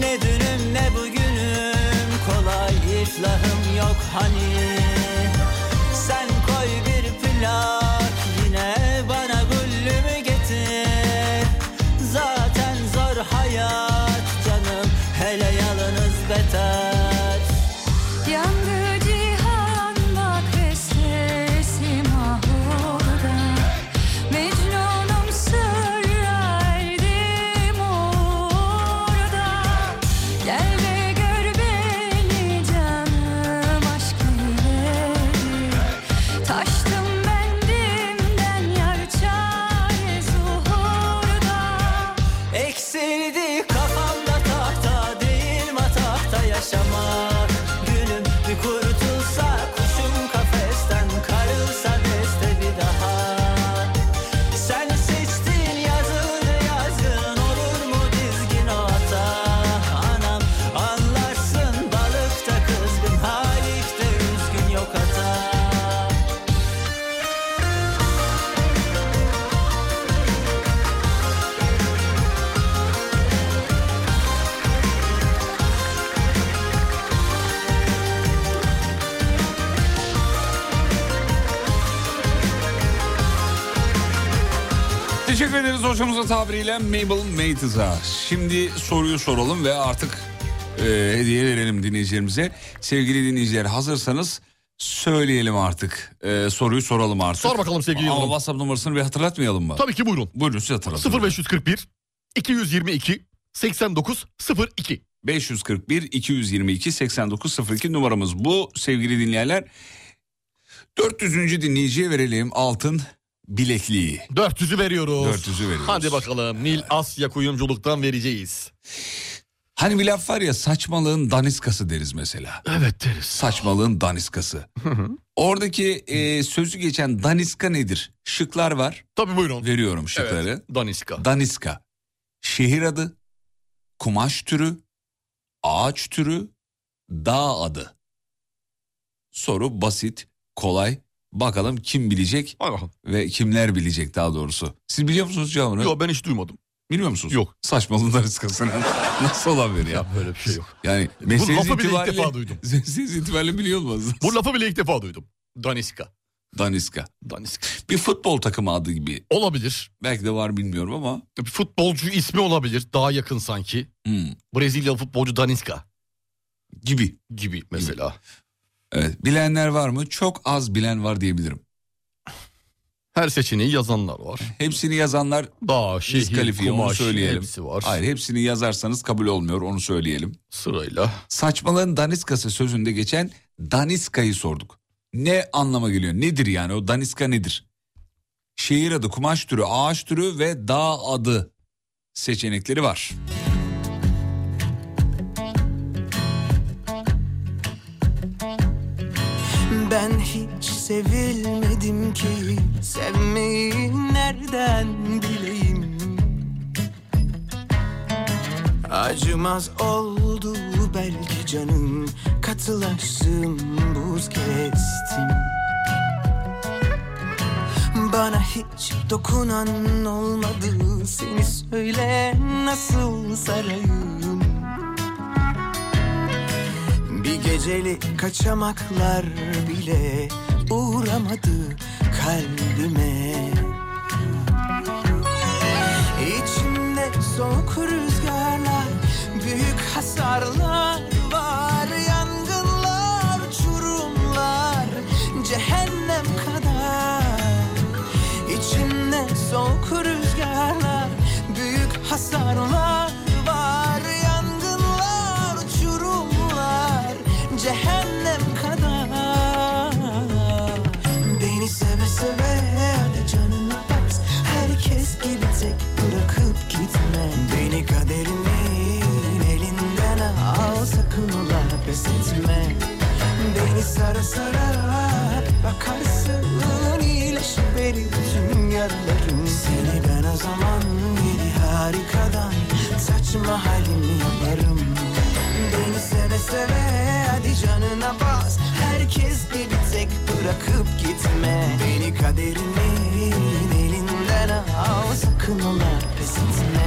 P: Ne dünüm ne bugünüm kolay iflahım yok hani Sen koy bir plak yine bana güllümü getir Zaten zor hayat canım hele yalınız beter
I: Yandı cihan bak beslesim ahurda Mecnunum sırra erdim orada Gel de gör beni canım aşk neyledi Taştım bendimden yar çare zuhurda
P: Eksildi kafamda tahta değil matakta yaşamak Gülüm bir kurtulsa kuşum kafesten karılsa deste bir daha Sen seçtin yazılı yazgın olur mu dizgin ota Anam anlarsın balıkta kızgın halikte üzgün yok hata
E: Teşekkür ederiz hocamıza tabiriyle Mabel Matiz'a. Şimdi soruyu soralım ve artık e, hediye verelim dinleyicilerimize. Sevgili dinleyiciler hazırsanız söyleyelim artık. E, soruyu soralım artık.
F: Sor bakalım sevgili
E: Ama
F: yıldırım.
E: WhatsApp numarasını bir hatırlatmayalım mı?
F: Tabii ki buyurun.
E: Buyurun siz hatırlatın.
F: 0541 222 89 02.
E: 541 222 8902 numaramız bu sevgili dinleyenler. 400. dinleyiciye verelim altın bilekliği.
F: 400'ü veriyoruz.
E: 400'ü veriyoruz.
F: Hadi bakalım Nil Asya kuyumculuktan vereceğiz.
E: Hani bir laf var ya saçmalığın daniskası deriz mesela.
F: Evet deriz.
E: Saçmalığın daniskası. Oradaki e, sözü geçen daniska nedir? Şıklar var.
F: Tabii buyurun.
E: Veriyorum şıkları.
F: daniska.
E: Daniska. Şehir adı, kumaş türü, ağaç türü, dağ adı. Soru basit, kolay. Bakalım kim bilecek ve kimler bilecek daha doğrusu. Siz biliyor musunuz cevabını?
F: Yok ben hiç duymadım.
E: Biliyor musunuz? Yok. Saçmalığın arıskasını. Nasıl olabilir ya? böyle bir şey yok. Yani mesleğiniz
F: lafı bile ilk
E: itibariyle...
F: defa duydum.
E: Mesleğiniz itibariyle biliyor olmanız
F: Bu lafı bile ilk defa duydum. Daniska.
E: Daniska.
F: Daniska.
E: Bir futbol takımı adı gibi.
F: Olabilir.
E: Belki de var bilmiyorum ama.
F: Futbolcu ismi olabilir. Daha yakın sanki. Brezilya futbolcu Daniska.
E: Hmm. Gibi.
F: Gibi mesela.
E: Evet. Bilenler var mı? Çok az bilen var diyebilirim.
F: Her seçeneği yazanlar var.
E: Hepsini yazanlar
F: daha
E: diskalifiye onu
F: kumaş,
E: söyleyelim.
F: hepsi var.
E: Hayır hepsini yazarsanız kabul olmuyor onu söyleyelim.
F: Sırayla.
E: Saçmalığın daniskası sözünde geçen daniskayı sorduk. Ne anlama geliyor? Nedir yani o daniska nedir? Şehir adı, kumaş türü, ağaç türü ve dağ adı seçenekleri var.
Q: Ben hiç sevilmedim ki Sevmeyi nereden bileyim Acımaz oldu belki canım Katılaştım buz kestim Bana hiç dokunan olmadı Seni söyle nasıl sarayım bir gecelik kaçamaklar bile uğramadı kalbime İçimde soğuk rüzgarlar, büyük hasarlar var Yangınlar, çurumlar, cehennem kadar İçimde soğuk rüzgarlar, büyük hasarlar var Yangınlar, uçurumlar, cehennem kadar Beni seve seve de canına bas Herkes gibi tek bırakıp gitme Beni kaderimin elinden al Sakın ola pes etme Beni sara sara bakarsın iyileşir benim tüm yaralarım Seni ben o zaman yeni harikadan saçma halimi yaparım Beni seve seve hadi canına bas Herkes gibi tek bırakıp gitme Beni kaderimin elinden al Sakın ola pes etme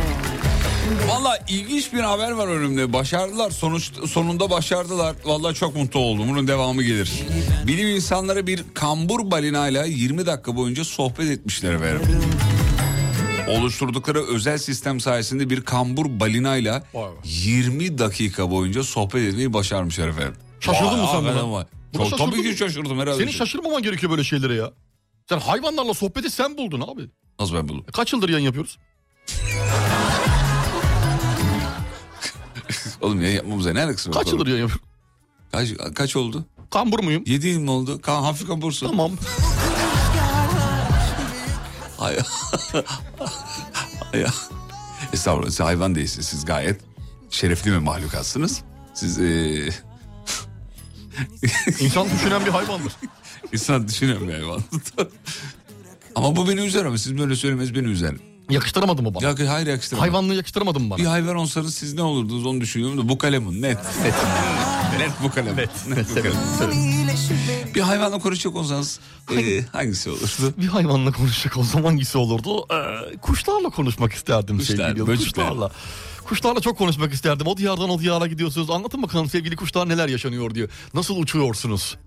E: Valla ilginç bir haber var önümde. Başardılar. Sonuç, sonunda başardılar. Valla çok mutlu oldum. Bunun devamı gelir. Bilim insanları bir kambur balinayla 20 dakika boyunca sohbet etmişler efendim. Oluşturdukları özel sistem sayesinde bir kambur balinayla 20 dakika boyunca sohbet etmeyi başarmışlar efendim.
F: Şaşırdın
E: Vay,
F: mı sen
E: hakikaten
F: buna?
E: vay.
F: Buna
E: Çok-
F: şaşırdın
E: tabii ki
F: mı?
E: şaşırdım herhalde.
F: Senin şaşırmaman gerekiyor böyle şeylere ya. Sen hayvanlarla sohbeti sen buldun abi. E,
E: Nasıl ben buldum?
F: Kaç yıldır yayın yapıyoruz?
E: Oğlum ya yapmamıza ne alakası var?
F: Kaç yıldır yayın yapıyoruz?
E: Kaç, kaç oldu?
F: Kambur muyum?
E: Yedi yıl mı oldu? Kan, hafif kambursun.
F: Tamam.
E: Hay... Hay... Estağfurullah siz hayvan değilsiniz. Siz gayet şerefli bir mahlukatsınız. Siz e, eee...
F: İnsan düşünen bir hayvandır.
E: İnsan düşünen bir hayvan. ama bu beni üzer ama siz böyle söylemeniz beni üzer.
F: Yakıştıramadın mı bana?
E: Ya, hayır yakıştıramadım.
F: Hayvanlığı yakıştıramadın mı bana?
E: Bir hayvan olsanız siz ne olurdunuz onu düşünüyorum da bu kalemun net. Net. net bu kalemun. Net. bu kalemun. Bir hayvanla konuşacak olsanız eee, hangisi olurdu?
F: Bir hayvanla konuşacak o zaman hangisi olurdu? Ee, kuşlarla konuşmak isterdim
E: Kuşlar,
F: sevgili yıldız.
E: böcekler.
F: Kuşlarla. Kuşlarla çok konuşmak isterdim. O diyardan o diyara gidiyorsunuz. Anlatın bakalım sevgili kuşlar neler yaşanıyor diyor. Nasıl uçuyorsunuz?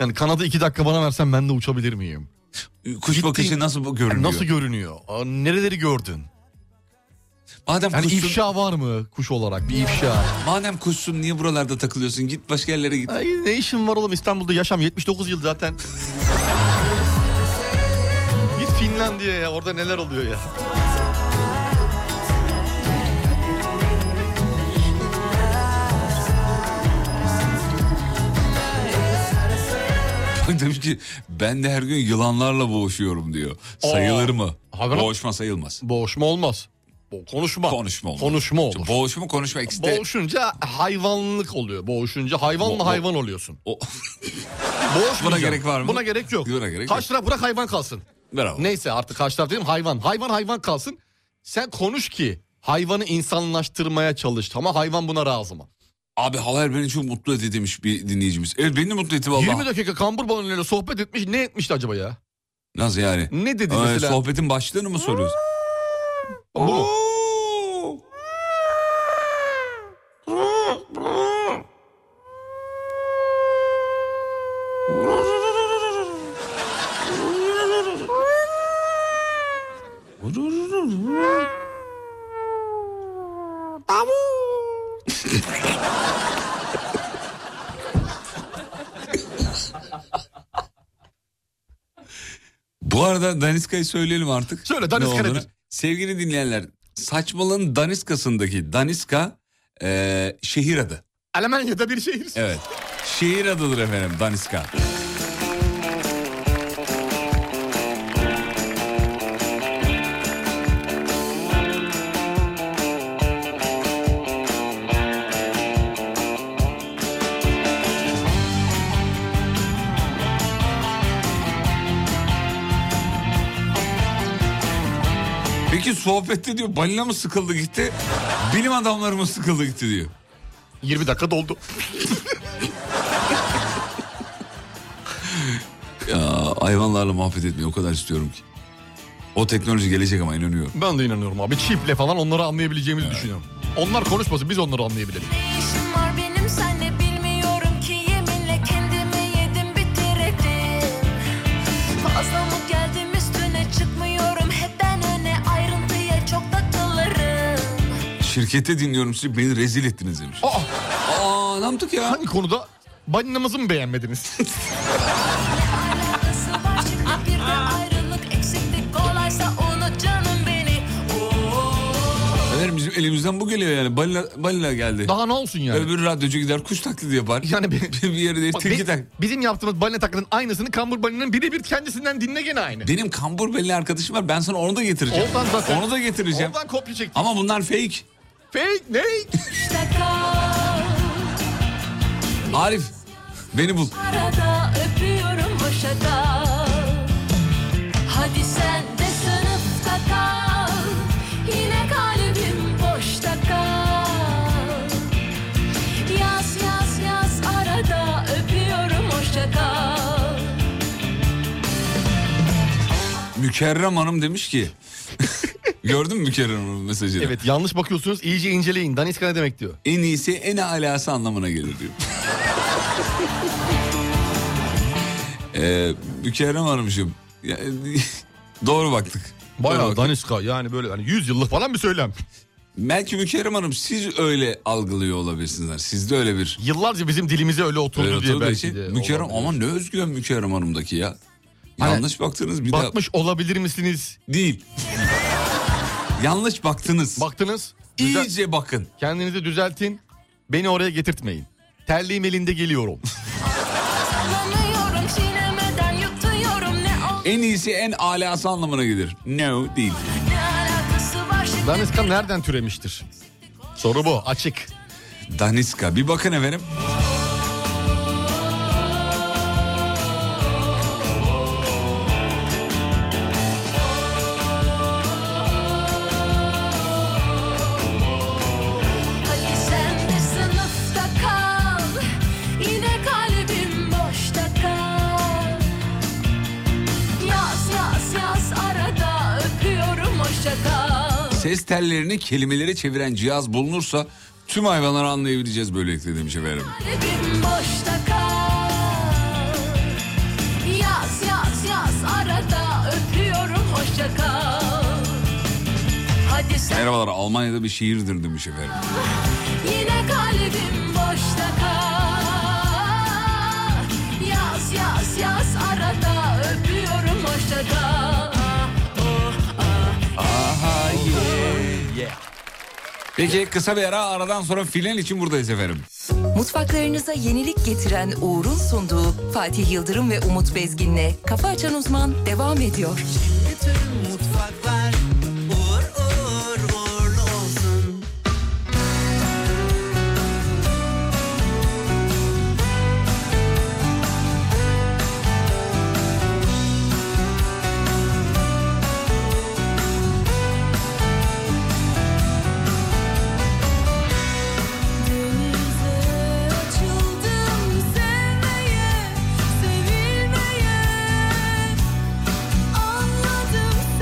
F: Yani kanadı iki dakika bana versen ben de uçabilir miyim?
E: Kuş bakışı nasıl bu- görünüyor?
F: Nasıl görünüyor? Aa, Nereleri gördün?
E: Madem
F: yani
E: kuşsun-
F: ifşa var mı kuş olarak bir ifşa?
E: Madem kuşsun niye buralarda takılıyorsun? Git başka yerlere git.
F: Ay, ne işin var oğlum İstanbul'da yaşam 79 yıl zaten. Git Finlandiya'ya ya, orada neler oluyor ya.
E: Demiş ki ben de her gün yılanlarla boğuşuyorum diyor. Sayılır mı?
F: Haber-
E: Boğuşma sayılmaz.
F: Boğuşma olmaz. Bo- konuşma.
E: Konuşma olmaz.
F: Konuşma olur.
E: Boğuşma konuşma ikisi de-
F: Boğuşunca hayvanlık oluyor. Boğuşunca hayvanla
E: Bo- bo-
F: hayvan oluyorsun.
E: O...
F: Boğuşmayacağım.
E: Buna gerek var mı?
F: Buna gerek yok.
E: Buna gerek
F: Karşı taraf bırak hayvan kalsın.
E: Bravo.
F: Neyse artık karşı taraf dedim hayvan. Hayvan hayvan kalsın. Sen konuş ki hayvanı insanlaştırmaya çalış. Ama hayvan buna razı mı?
E: Abi haber beni çok mutlu etti demiş bir dinleyicimiz. Evet beni de mutlu etti valla.
F: 20 dakika kambur balonuyla sohbet etmiş. Ne etmişti acaba ya?
E: Nasıl yani?
F: Ne dedi
E: Ee,
F: mesela?
E: Sohbetin başlığını mı soruyorsun? Bu arada Daniska'yı söyleyelim artık.
F: Söyle, Daniska
E: Ne olduğunu.
F: nedir?
E: Sevgili dinleyenler saçmalığın Daniska'sındaki Daniska eee, şehir adı.
F: Almanya'da bir şehir.
E: Evet. Şehir adıdır efendim Daniska. Peki sohbette diyor balina mı sıkıldı gitti? Bilim adamları mı sıkıldı gitti diyor.
F: 20 dakika doldu.
E: Ya hayvanlarla muhabbet etmeyi o kadar istiyorum ki. O teknoloji gelecek ama inanıyorum.
F: Ben de inanıyorum abi. Çiple falan onları anlayabileceğimizi düşünüyorum. Onlar konuşmasın biz onları anlayabilelim.
I: İşim var benim senle bilmiyorum ki yeminle kendimi yedim bitirdim. Fazla mı geldim üstüne çıkmıyorum hep ben öne ayrıntıya çok takılırım.
E: Şirkette dinliyorum sizi beni rezil ettiniz demiş.
F: Aa,
E: Aa ne yaptık ya?
F: Hangi konuda? Balinamızı mı beğenmediniz?
I: Nasıl var şimdi bir de ayrılık eksiklik kolaysa unut canım beni. Oo.
E: Efendim bizim elimizden bu geliyor yani. Balina, balina geldi.
F: Daha ne olsun yani?
E: Öbür radyocu gider kuş taklidi yapar.
F: Yani bir,
E: bir yere değil
F: Bak,
E: tilki
F: biz-
E: tak.
F: Bizim yaptığımız balina taklidinin aynısını kambur balinanın birebir kendisinden dinle gene aynı.
E: Benim kambur belli arkadaşım var. Ben sana onu da getireceğim.
F: Oradan zaten-
E: Onu da getireceğim.
F: Oradan kopya çektim.
E: Ama bunlar fake.
F: Fake ne?
I: İşte kal
E: Arif beni bul.
I: arada öpüyorum boşa kal. Hadi sen de sınıfta kal. Yine kalbim boşta kal. Yaz yaz yaz arada öpüyorum hoşça kal.
E: Mükerrem Hanım demiş ki. Gördün mü Mükerrem Hanım'ın mesajını?
F: Evet yanlış bakıyorsunuz iyice inceleyin. Daniska ne demek diyor.
E: En iyisi en alası anlamına gelir diyor. ee, Mükerrem Hanımcığım. ya- doğru baktık. Doğru
F: Bayağı
E: baktık.
F: Daniska yani böyle hani 100 yıllık falan bir söylem.
E: Belki Mükerrem Hanım siz öyle algılıyor olabilirsiniz. Sizde öyle bir...
F: Yıllarca bizim dilimize öyle oturdu
E: Öyle
F: diye
E: oturduğu
F: belki
E: için
F: de
E: Mükerrem
F: olabilir.
E: ama ne özgüven Mükerrem Hanım'daki ya.
F: Hani
E: Yanlış baktınız bir
F: Bakmış olabilir misiniz?
E: daha. Değil. Yanlış baktınız.
F: Baktınız.
E: İyice bakın.
F: Kendinizi düzeltin. Beni oraya getirtmeyin. Terliğim elinde geliyorum.
I: Anlamıyorum çiğnemeden yutuyorum ne o
E: En iyisi en alası anlamına gelir. No değil.
I: ne alakası var şimdi.
F: Daniska nereden türemiştir? Soru bu açık.
E: Daniska bir bakın efendim.
I: Hadi sen de sınıfta kal Yine kalbim boşta kal Yaz yaz yaz arada öpüyorum hoşça kal
E: Ses tellerini kelimelere çeviren cihaz bulunursa tüm hayvanları anlayabileceğiz böylelikle demiş efendim.
I: Kalbim boşta kal Yaz yaz yaz arada öpüyorum hoşça kal Hadi sen
E: Merhabalar Almanya'da bir şiirdir demiş efendim.
I: Yine kalbim boşta kal Yaz yaz yaz arada öpüyorum hoşça kal
E: Aha yeah. Peki kısa bir ara aradan sonra filan için buradayız efendim.
A: Mutfaklarınıza yenilik getiren Uğur'un sunduğu Fatih Yıldırım ve Umut Bezgin'le Kafa Açan Uzman devam ediyor.
P: Mutfaklar uğur uğur uğurlu olsun.
I: Denize açıldım sevmeye,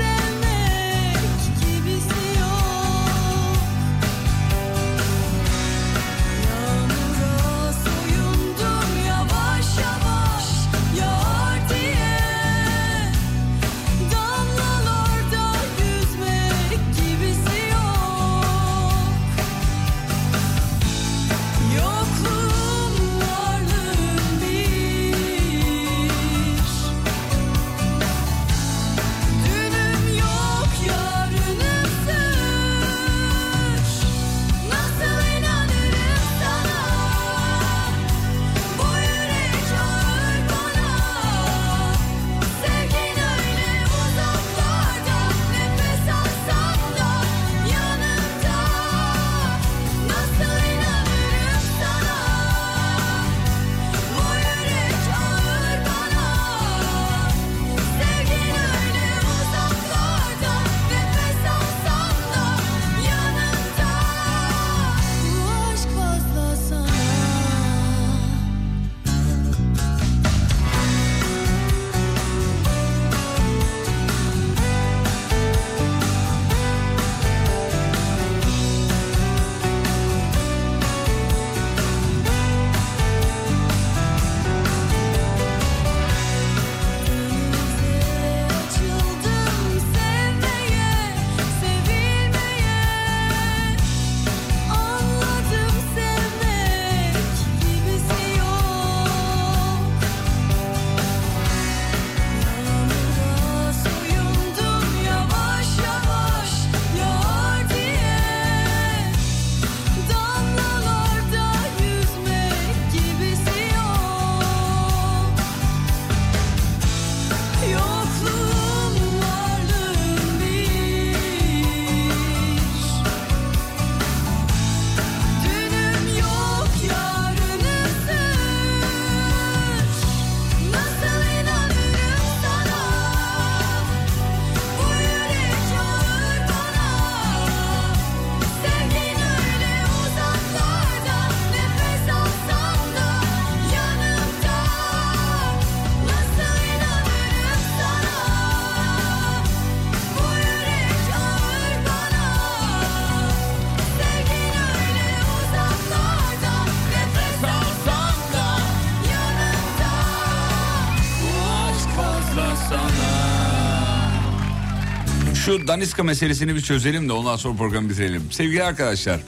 I: sevilmeye Anladım
E: Şu Daniska meselesini bir çözelim de ondan sonra programı bitirelim. Sevgili arkadaşlar.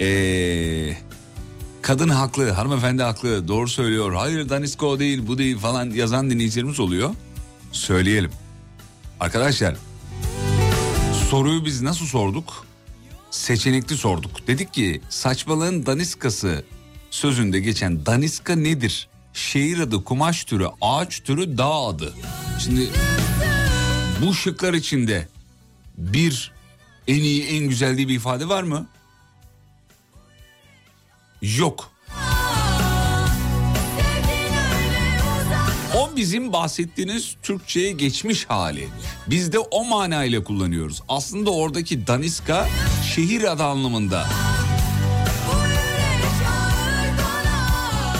E: ee, kadın haklı, hanımefendi haklı, doğru söylüyor. Hayır Daniska o değil, bu değil falan yazan dinleyicilerimiz oluyor. Söyleyelim. Arkadaşlar soruyu biz nasıl sorduk? Seçenekli sorduk. Dedik ki saçmalığın daniskası sözünde geçen daniska nedir? Şehir adı, kumaş türü, ağaç türü, dağ adı. Şimdi bu şıklar içinde bir en iyi en güzel diye bir ifade var mı? Yok. O bizim bahsettiğiniz Türkçe'ye geçmiş hali. Biz de o manayla kullanıyoruz. Aslında oradaki daniska şehir adı anlamında.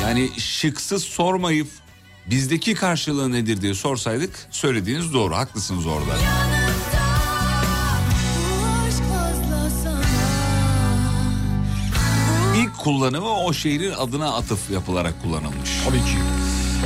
E: Yani şıksız sormayıp bizdeki karşılığı nedir diye sorsaydık söylediğiniz doğru haklısınız orada. İlk kullanımı o şehrin adına atıf yapılarak kullanılmış. Tabii ki.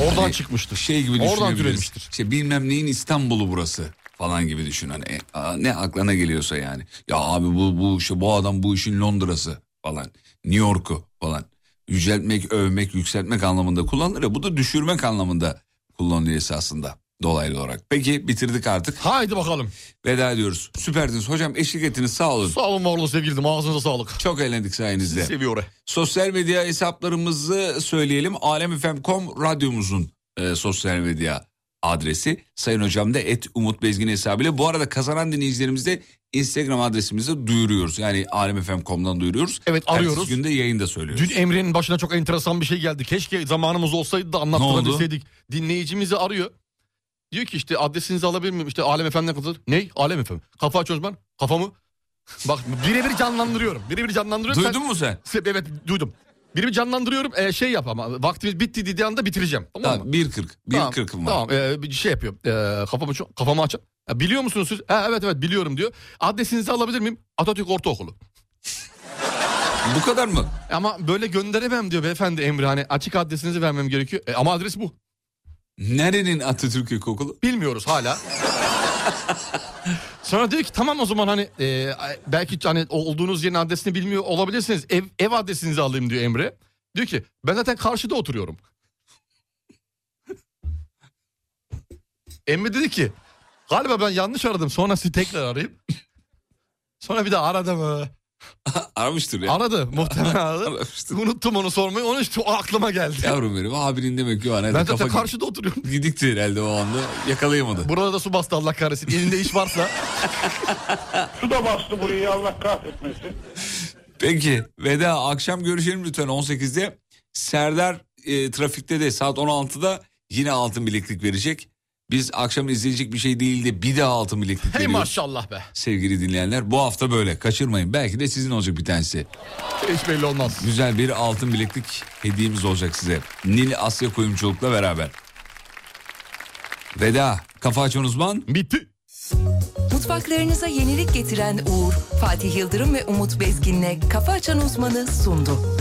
E: Oradan çıkmıştır. Şey gibi
F: Oradan
E: düşünebiliriz.
F: türemiştir.
E: İşte bilmem neyin İstanbul'u burası falan gibi düşün. Hani, e, a, ne aklına geliyorsa yani. Ya abi bu bu işte bu adam bu işin Londra'sı falan. New York'u falan. Yüceltmek, övmek, yükseltmek anlamında kullanılır ya. Bu da düşürmek anlamında kullanılıyor esasında dolaylı olarak. Peki bitirdik artık. Haydi bakalım. Veda ediyoruz. Süperdiniz. Hocam eşlik ettiniz sağ olun. Sağ olun var olun sevgilim ağzınıza sağlık. Çok eğlendik sayenizde. Seviyorum. Sosyal medya hesaplarımızı söyleyelim. Alemfm.com radyomuzun e, sosyal medya adresi. Sayın hocam da et Umut Bezgin hesabıyla. Bu arada kazanan dinleyicilerimiz de Instagram adresimizi duyuruyoruz. Yani alemfm.com'dan duyuruyoruz. Evet
F: arıyoruz.
E: Ertesi günde yayında söylüyoruz.
F: Dün Emre'nin başına çok enteresan bir şey geldi. Keşke zamanımız olsaydı da anlattırabilseydik. Dinleyicimizi arıyor. Diyor ki işte adresinizi alabilir miyim? İşte Alem Efendi'ne katılır. Ney? Alem Efendi. Kafa aç Özmen. Kafamı. Bak birebir canlandırıyorum. Birebir canlandırıyorum.
E: Duydun mu sen?
F: Se- Evet duydum. Birebir canlandırıyorum. Ee, şey yap ama vaktimiz bitti dediği anda bitireceğim. Tamam mı?
E: Tamam, 1.40. 1.40
F: tamam,
E: mı?
F: Tamam ee, bir şey yapıyorum. Ee, kafamı, çok- kafamı açıp. "Ha, biliyor musunuz siz? Ha, evet evet biliyorum diyor. Adresinizi alabilir miyim? Atatürk Ortaokulu.
E: bu kadar mı?
F: Ama böyle gönderemem diyor beyefendi Emre. Hani açık adresinizi vermem gerekiyor. E, ama adres bu.
E: Nerenin Atatürk İlkokulu?
F: Bilmiyoruz hala. Sonra diyor ki tamam o zaman hani e, belki hani o- olduğunuz yerin adresini bilmiyor olabilirsiniz. Ev, ev adresinizi alayım diyor Emre. Diyor ki ben zaten karşıda oturuyorum. Emre dedi ki galiba ben yanlış aradım sonra sizi tekrar arayayım. Sonra bir daha aradı mı?
E: Aramıştır ya.
F: Aradı muhtemelen aradı. Unuttum onu sormayı onun için o aklıma geldi.
E: Yavrum benim abinin demek ki o an herhalde
F: Ben zaten
E: kafa-
F: karşıda oturuyorum.
E: Gidikti herhalde o anda yakalayamadı.
F: Burada da su bastı Allah kahretsin. Elinde iş varsa.
D: Su da bastı burayı Allah kahretmesin.
E: Peki veda akşam görüşelim lütfen 18'de. Serdar e, trafikte de saat 16'da yine altın bileklik verecek. Biz akşam izleyecek bir şey değil de bir daha altın bileklik
F: Hey
E: veriyoruz.
F: maşallah be.
E: Sevgili dinleyenler bu hafta böyle kaçırmayın. Belki de sizin olacak bir tanesi.
F: Hiç belli olmaz.
E: Güzel bir altın bileklik hediyemiz olacak size. Nil Asya Koyumculuk'la beraber. Veda. Kafa açan uzman.
F: Bitti.
A: Mutfaklarınıza yenilik getiren Uğur, Fatih Yıldırım ve Umut Bezgin'le Kafa Açan Uzman'ı sundu.